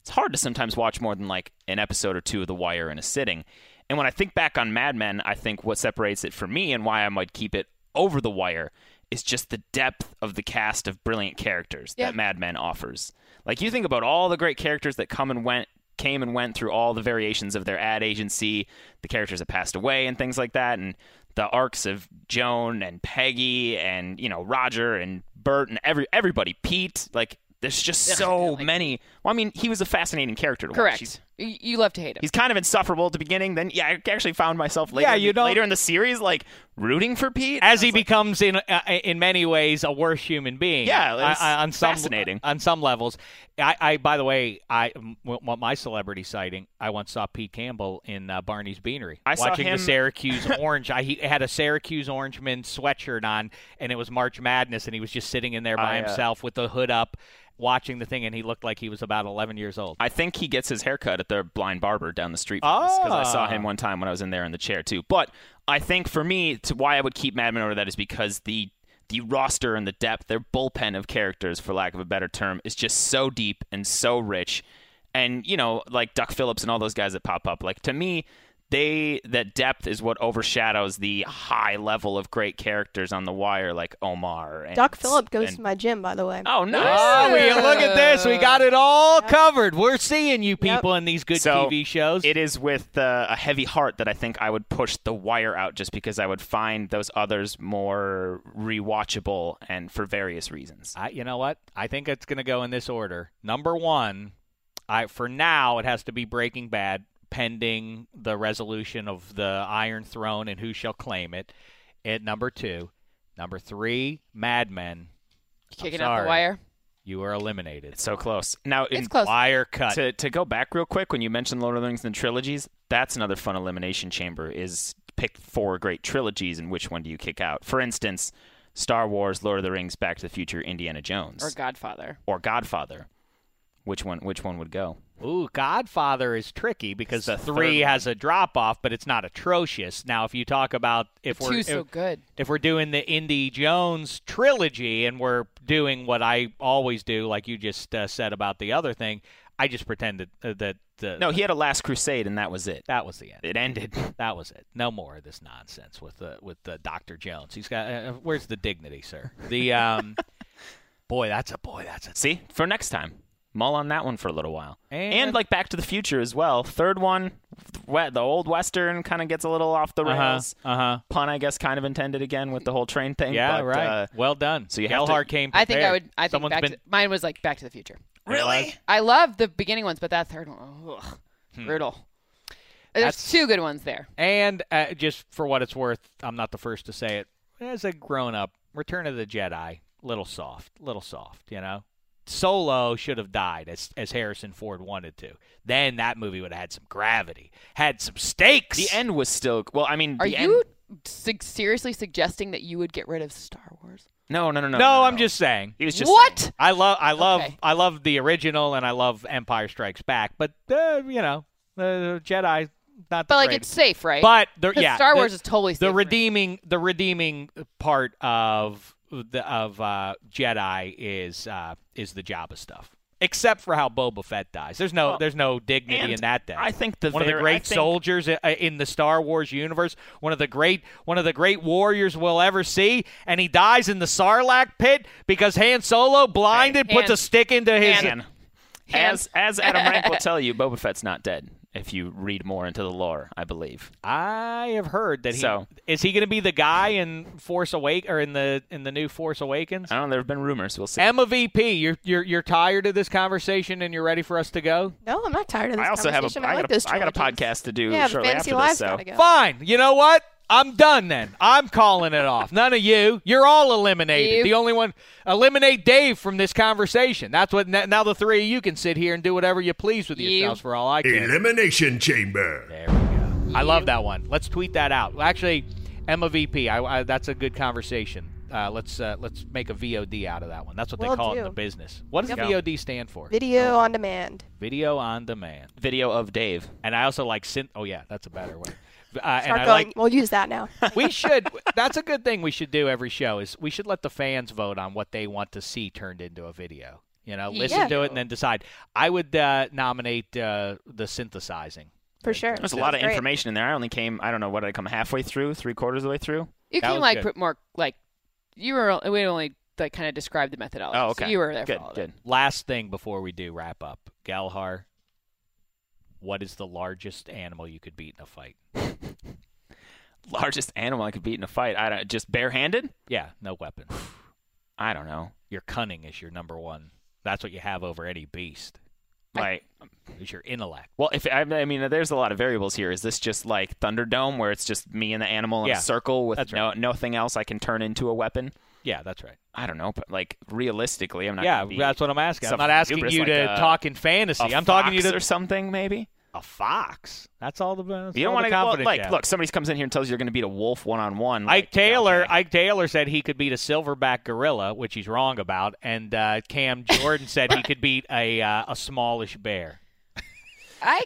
it's hard to sometimes watch more than like an episode or two of The Wire in a sitting. And when I think back on Mad Men, I think what separates it for me and why I might keep it over The Wire is just the depth of the cast of brilliant characters
Yeah.
that Mad Men offers. Like you think about all the great characters that come and went came and went through all the variations of their ad agency, the characters that passed away and things like that and the arcs of Joan and Peggy and you know Roger and Bert and every everybody Pete like there's just so
like-
many. Well, I mean, he was a fascinating character to watch.
Correct.
He's,
Y- you love to hate him.
he's kind of insufferable at the beginning. Then, yeah, I actually found myself later,
Yeah,
in
you
the-
don't-
later in the series like rooting for Pete
as
I
he
was like,
becomes in uh, in many ways a worse human being.
Yeah,
I-
it's
I- on some
fascinating.
on some levels. I, I by the way, I m- want my celebrity sighting. I once saw Pete Campbell in uh, Barney's Beanery.
I saw
watching
him-
the Syracuse Orange. I he had a Syracuse Orangeman sweatshirt on, and it was March Madness, and he was just sitting in there by
I, uh,
himself with the hood up, watching the thing, and he looked like he was about 11 years old.
I think he gets his haircut at the blind barber down the street from us because I saw
Ah.
him one time when I was in there in the chair too. But I think for me, to why I would keep Mad Men over that is because the the roster and the depth, their bullpen of characters, for lack of a better term, is just so deep and so rich. And you know, like Duck Phillips and all those guys that pop up, like to me. They that depth is what overshadows the high level of great characters on the wire, like Omar. And,
Doc Phillip goes
and-
to my gym, by the way.
oh, nice!
Oh, will you look at this. We got it all covered. We're seeing you
Yep.
people in these good
So,
TV shows.
It is with uh, a heavy heart that I think I would push The Wire out just because I would find those others more rewatchable and for various reasons.
I, you know what? I think it's going to go in this order. Number one, I for now it has to be Breaking Bad, pending the resolution of the Iron Throne and who shall claim it. At number two, number three, Mad Men.
kicking
I'm
out
sorry.
the wire.
You are eliminated.
It's so close. Now, in-
It's close.
Wire cut.
To, to go back real quick, when you mentioned Lord of the Rings and trilogies, that's another fun elimination chamber is pick four great trilogies and which one do you kick out? For instance, Star Wars, Lord of the Rings, Back to the Future, Indiana Jones,
Or Godfather.
or Godfather. Which one? Which one would go?
Ooh, Godfather is tricky because the
It's the
three
third one.
has a drop off, but it's not atrocious. Now, if you talk about if we're
Two's so
if-
good.
if we're doing the Indy Jones trilogy and we're doing what I always do, like you just uh, said about the other thing, I just pretend that uh, that the,
No, he had a Last Crusade, and that was it.
that was the end.
It ended.
That was it. No more of this nonsense with uh, with uh, Doctor Jones. He's got uh, where's the dignity, sir? The um, boy, that's a boy, that's a
See, for next time. Mull on that one for a little while.
And-
And, like Back to the Future as well. Third one, we- the old Western kind of gets a little off the rails.
Uh huh.
Pun, I guess, kind of intended again with the whole train thing.
Yeah,
but,
right.
uh,
well done.
so you have
Gelhart
to-
came.
I think I
prepared.
would. I think
Someone's
back
been
to, mine was like Back to the Future.
really?
I love the beginning ones, but that third one, ugh,
Hmm.
brutal. There's
That's-
two good ones there.
And uh, just for what it's worth, I'm not the first to say it. As a grown up, Return of the Jedi, little soft, little soft, you know? Solo should have died as, as Harrison Ford wanted to. Then that movie would have had some gravity, had some stakes.
The end was still. Well, I mean,
Are
the
you
end-
su- seriously suggesting that you would get rid of Star Wars?
No, no, no, no.
No, I'm just saying.
He was just
what?
saying.
I love, I love,
Okay.
I love the original, and I love Empire Strikes Back. But uh, you know, the Jedi, not.
But
the
like
greatest.
it's safe, right?
But the,
'Cause
yeah,
Star
the-
Wars is totally safe.
the
for me.
redeeming the redeeming part of the of uh, Jedi is uh, is the Jabba stuff. Except for how Boba Fett dies. There's no
Well,
there's no dignity
and
in that death.
I think the
one of
ver-
the
I
great
think-
soldiers i- in the Star Wars universe, one of the great one of the great warriors we'll ever see, and he dies in the Sarlacc pit because Han Solo blinded
Hey,
puts
Han.
a stick into his
And- as as Adam Rank will tell you, Boba Fett's not dead. If you read more into the lore, I believe.
I have heard that he
So-
is he going to be the guy in Force Awake or in the in the new Force Awakens?
I don't know. There have been rumors. We'll see.
Emma VP, you're you're you're tired of this conversation and you're ready for us to go.
No, I'm not tired of this
I also have a,
conversation. I
I
like
got,
those
a, I got a
trilogies.
podcast to do
Yeah, the
shortly
fantasy
after
lives
this. So
gotta go.
Fine. You know what? I'm done then. I'm calling it off. None of you. You're all eliminated.
You-
The only one eliminate Dave from this conversation. That's what n- now the three of you can sit here and do whatever you please with
You-
yourselves for all I care.
Elimination Chamber.
There we go. I love that one. Let's tweet that out. Well, Actually, Emma VP, I, I, that's a good conversation. Uh, let's uh, let's make a VOD out of that one. That's what they
Will
call it in
do.
the business. What does
Yep.
VOD stand for? Oh.
Video on demand.
Video on demand.
video of Dave.
And I also like synth. Oh yeah, that's a better one. Uh, and
Start
I
going.
like
We'll use that now.
we should. That's a good thing we should do every show is we should let the fans vote on what they want to see turned into a video. You know, listen
Yeah.
to it and then decide. I would uh, nominate uh, the synthesizing.
For sure.
There's a lot of
Great.
information in there. I only came. I don't know what did I come halfway through, three quarters of the way through.
you
that
can
was
like
good.
put more like you were we only like kind of described the methodology.
Oh,
So
okay.
you were there
Good,
for all of
good.
it.
Last thing before we do wrap up, Galhar. What is the largest animal you could beat in a fight?
Largest animal I could beat in a fight. I don't just barehanded.
Yeah, no weapon.
I don't know.
Your cunning is your number one. That's what you have over any beast.
Like,
Is your intellect.
well, if I, I mean, there's a lot of variables here. Is this just like Thunderdome, where it's just me and the animal in
Yeah,
a circle with
that's
no nothing else I can turn into a weapon?
Yeah, that's right.
I don't know, but like realistically, I'm not.
yeah,
gonna be
that's what I'm asking. I'm
some
not asking
hubris
you
like
to
a-
talk in fantasy.
i
I'm talking you
or
to
something maybe.
a fox. That's all the. That's
You don't
all
want
the
to well,
confidence
like
you have.
look. Somebody comes in here and tells you you're going to beat a wolf one on one.
Ike Taylor, Ike Taylor said he could beat a silverback gorilla, which he's wrong about, and uh, Cam Jordan said he could beat a uh, a smallish bear.
I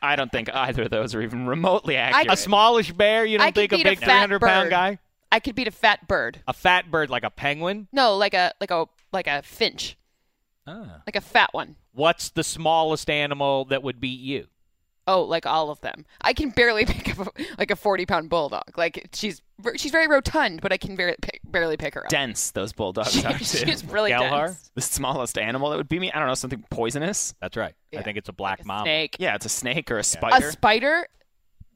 I don't think either of those are even remotely accurate.
A smallish bear? You don't
I could
think a
beat a
big
fat
300 pound
bird.
guy?
I could beat a fat bird.
A fat bird like a penguin?
No, like a like a like a finch,
Ah.
like a fat one.
What's the smallest animal that would beat you?
Oh, like all of them. I can barely pick up a, like a forty pound bulldog. Like she's she's very rotund, but I can barely pick, barely pick her up.
dense those bulldogs are
She-
too.
she's really
Galhar?
dense.
the smallest animal that would be me. I don't know something poisonous.
That's right. I
Yeah.
think it's a black
Like a
mamba.
snake.
Yeah, it's a snake or a
A
spider.
spider?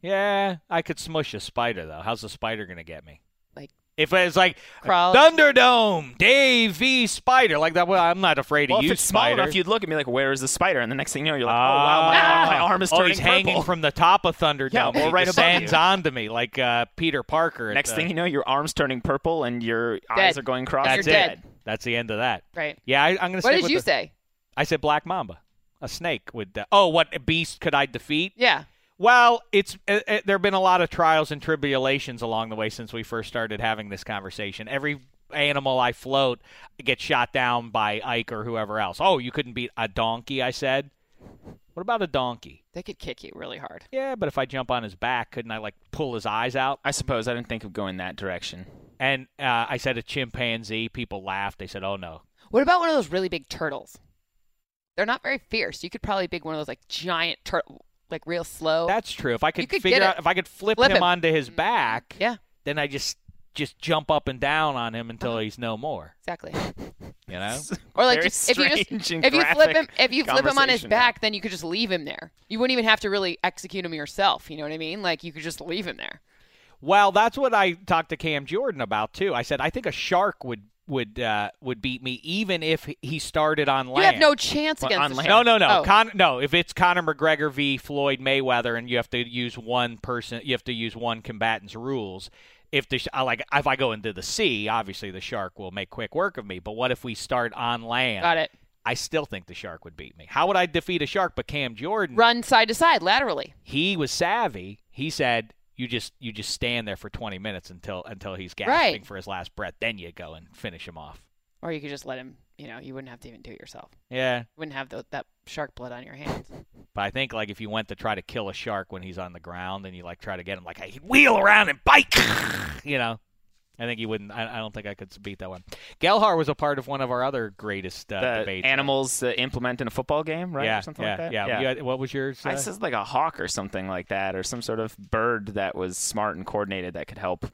Yeah, I could smush a spider though. How's a spider gonna get me?
Like-
if it's like
Crawl-
Thunderdome, Dave v Spider, like that. Well, I'm not afraid
well,
of
if
you,
it's small
spider.
enough, you'd look at me like, "Where is the spider?" And the next thing you know, you're like, "Oh
Ah.
wow, my, my arm is
oh,
turning
he's hanging
purple."
from the top of Thunderdome.
Yeah,
he
or right above
descends
you.
onto me like uh, Peter Parker. at
next
the-
thing you know, your arm's turning purple and your eyes are going cross.
that's
You're
it.
dead.
That's the end of that.
Right.
Yeah, I, I'm gonna.
What
stick
did
with
you
the-
say?
I said black mamba, a snake with. The, oh, what beast could I defeat?
Yeah.
Well, it's uh, uh, there have been a lot of trials and tribulations along the way since we first started having this conversation. Every animal I float gets shot down by Ike or whoever else. Oh, you couldn't beat a donkey, I said. What about a donkey?
They could kick you really hard.
Yeah, but if I jump on his back, couldn't I like pull his eyes out?
I suppose I didn't think of going that direction.
And uh, I said a chimpanzee. People laughed. They said, "Oh no,
What about one of those really big turtles? They're not very fierce. You could probably big one of those like giant turtle, like real slow.
that's true." If I could,
Oh. You could
figure
get
out
it. Mm-hmm.
if I could flip,
Flip
him,
him.
onto his back,
yeah,
then I just just jump up and down on him
Uh-huh.
until he's no more.
exactly.
You know.
Or like
Very
just, if you
strange
just
and
if you flip
graphic
him if you flip him on his
conversation.
back, then you could just leave him there. You wouldn't even have to really execute him yourself. You know what I mean? Like you could just leave him there.
Well, that's what I talked to Cam Jordan about too. I said I think a shark would would uh, would beat me even if he started on land.
You have no chance
Well,
against
on
the
land.
no,
shark.
no, no.
Oh.
Con- no, if it's Conor McGregor v. Floyd Mayweather, and you have to use one person, you have to use one combatant's rules. If the sh- I like, if I go into the sea, obviously the shark will make quick work of me. But what if we start on land?
Got it.
I still think the shark would beat me. How would I defeat a shark? But Cam Jordan,
Run side to side laterally.
he was savvy. He said, you just you just stand there for 20 minutes until until he's gasping
Right.
for his last breath. Then you go and finish him off.
Or you could just let him. You know, you wouldn't have to even do it yourself.
Yeah,
You wouldn't have the, that shark blood on your hands.
but I think like if you went to try to kill a shark when he's on the ground and you like try to get him like hey, wheel around and bite, you know. I think you wouldn't. I, I don't think I could beat that one. Gelhar was a part of one of our other greatest uh,
the
debates.
animals uh, implement in a football game, right?
yeah,
or something
yeah,
like that.
Yeah. You had- what was yours?
I
uh,
says like a hawk or something like that, or some sort of bird that was smart and coordinated that could help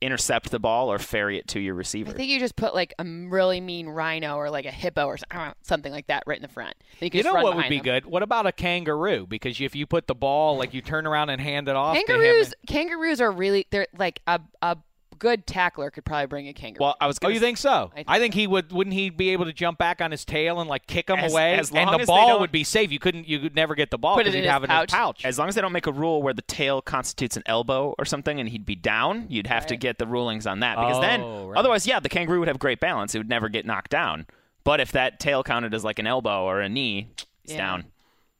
intercept the ball or ferry it to your receiver.
I think you just put like a m- really mean rhino or like a hippo or s- I don't know, something like that right in the front. Then you, can
You
just
know
run
what would
behind
be
them.
good? What about a kangaroo? Because if you put the ball, like you turn around and hand it off
Kangaroos,
to him.
kangaroos are really they're like a a good tackler could probably bring a kangaroo.
well, I was.
Oh,
Gonna
you think so?
I-
I think he would. Wouldn't he be able to jump back on his tail and like kick him
As-
away?
as long
and the
as they
ball
don't-
would be safe. You couldn't. You could never get the ball
Put it
because
in
he'd
his
have it
pouch.
in his pouch.
As long as they don't make a rule where the tail constitutes an elbow or something and he'd be down, you'd have to get the rulings on that. Because then,
Oh, right.
otherwise, yeah, the kangaroo would have great balance. It would never get knocked down. But if that tail counted as like an elbow or a knee, it's
Yeah.
down.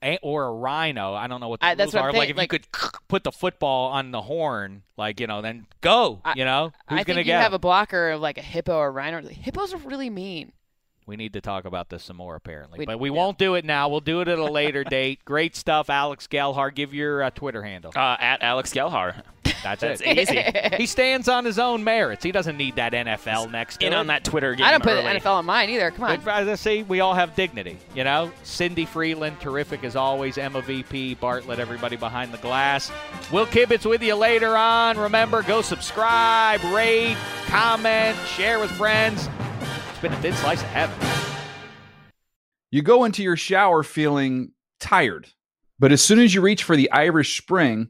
A- or a rhino. I don't know what the
I-
rules
that's what
are.
I'm
like
thinking,
if
like-
you could put the football on the horn, like you know, then go.
I-
you know,
I
who's
think
gonna
you
get?
have
him?
a blocker of like a hippo or rhino. Hippos are really mean.
We need to talk about this some more, apparently,
We-
but we
yeah.
won't do it now. We'll do it at a later date. Great stuff, Alex Gelhar. Give your uh, Twitter handle.
Uh, at Alex Gelhar.
That's,
That's
it.
easy.
he stands on his own merits. He doesn't need that NFL next to
In
it.
on that Twitter game.
I don't put
early.
NFL on mine either. Come on.
But as I see, we all have dignity, you know? Cindy Freeland, terrific as always. Emma VP, Bartlett, everybody behind the glass. Will Kibitz with you later on. Remember, go subscribe, rate, comment, share with friends. It's been a thin slice of heaven.
You go into your shower feeling tired, but as soon as you reach for the Irish Spring,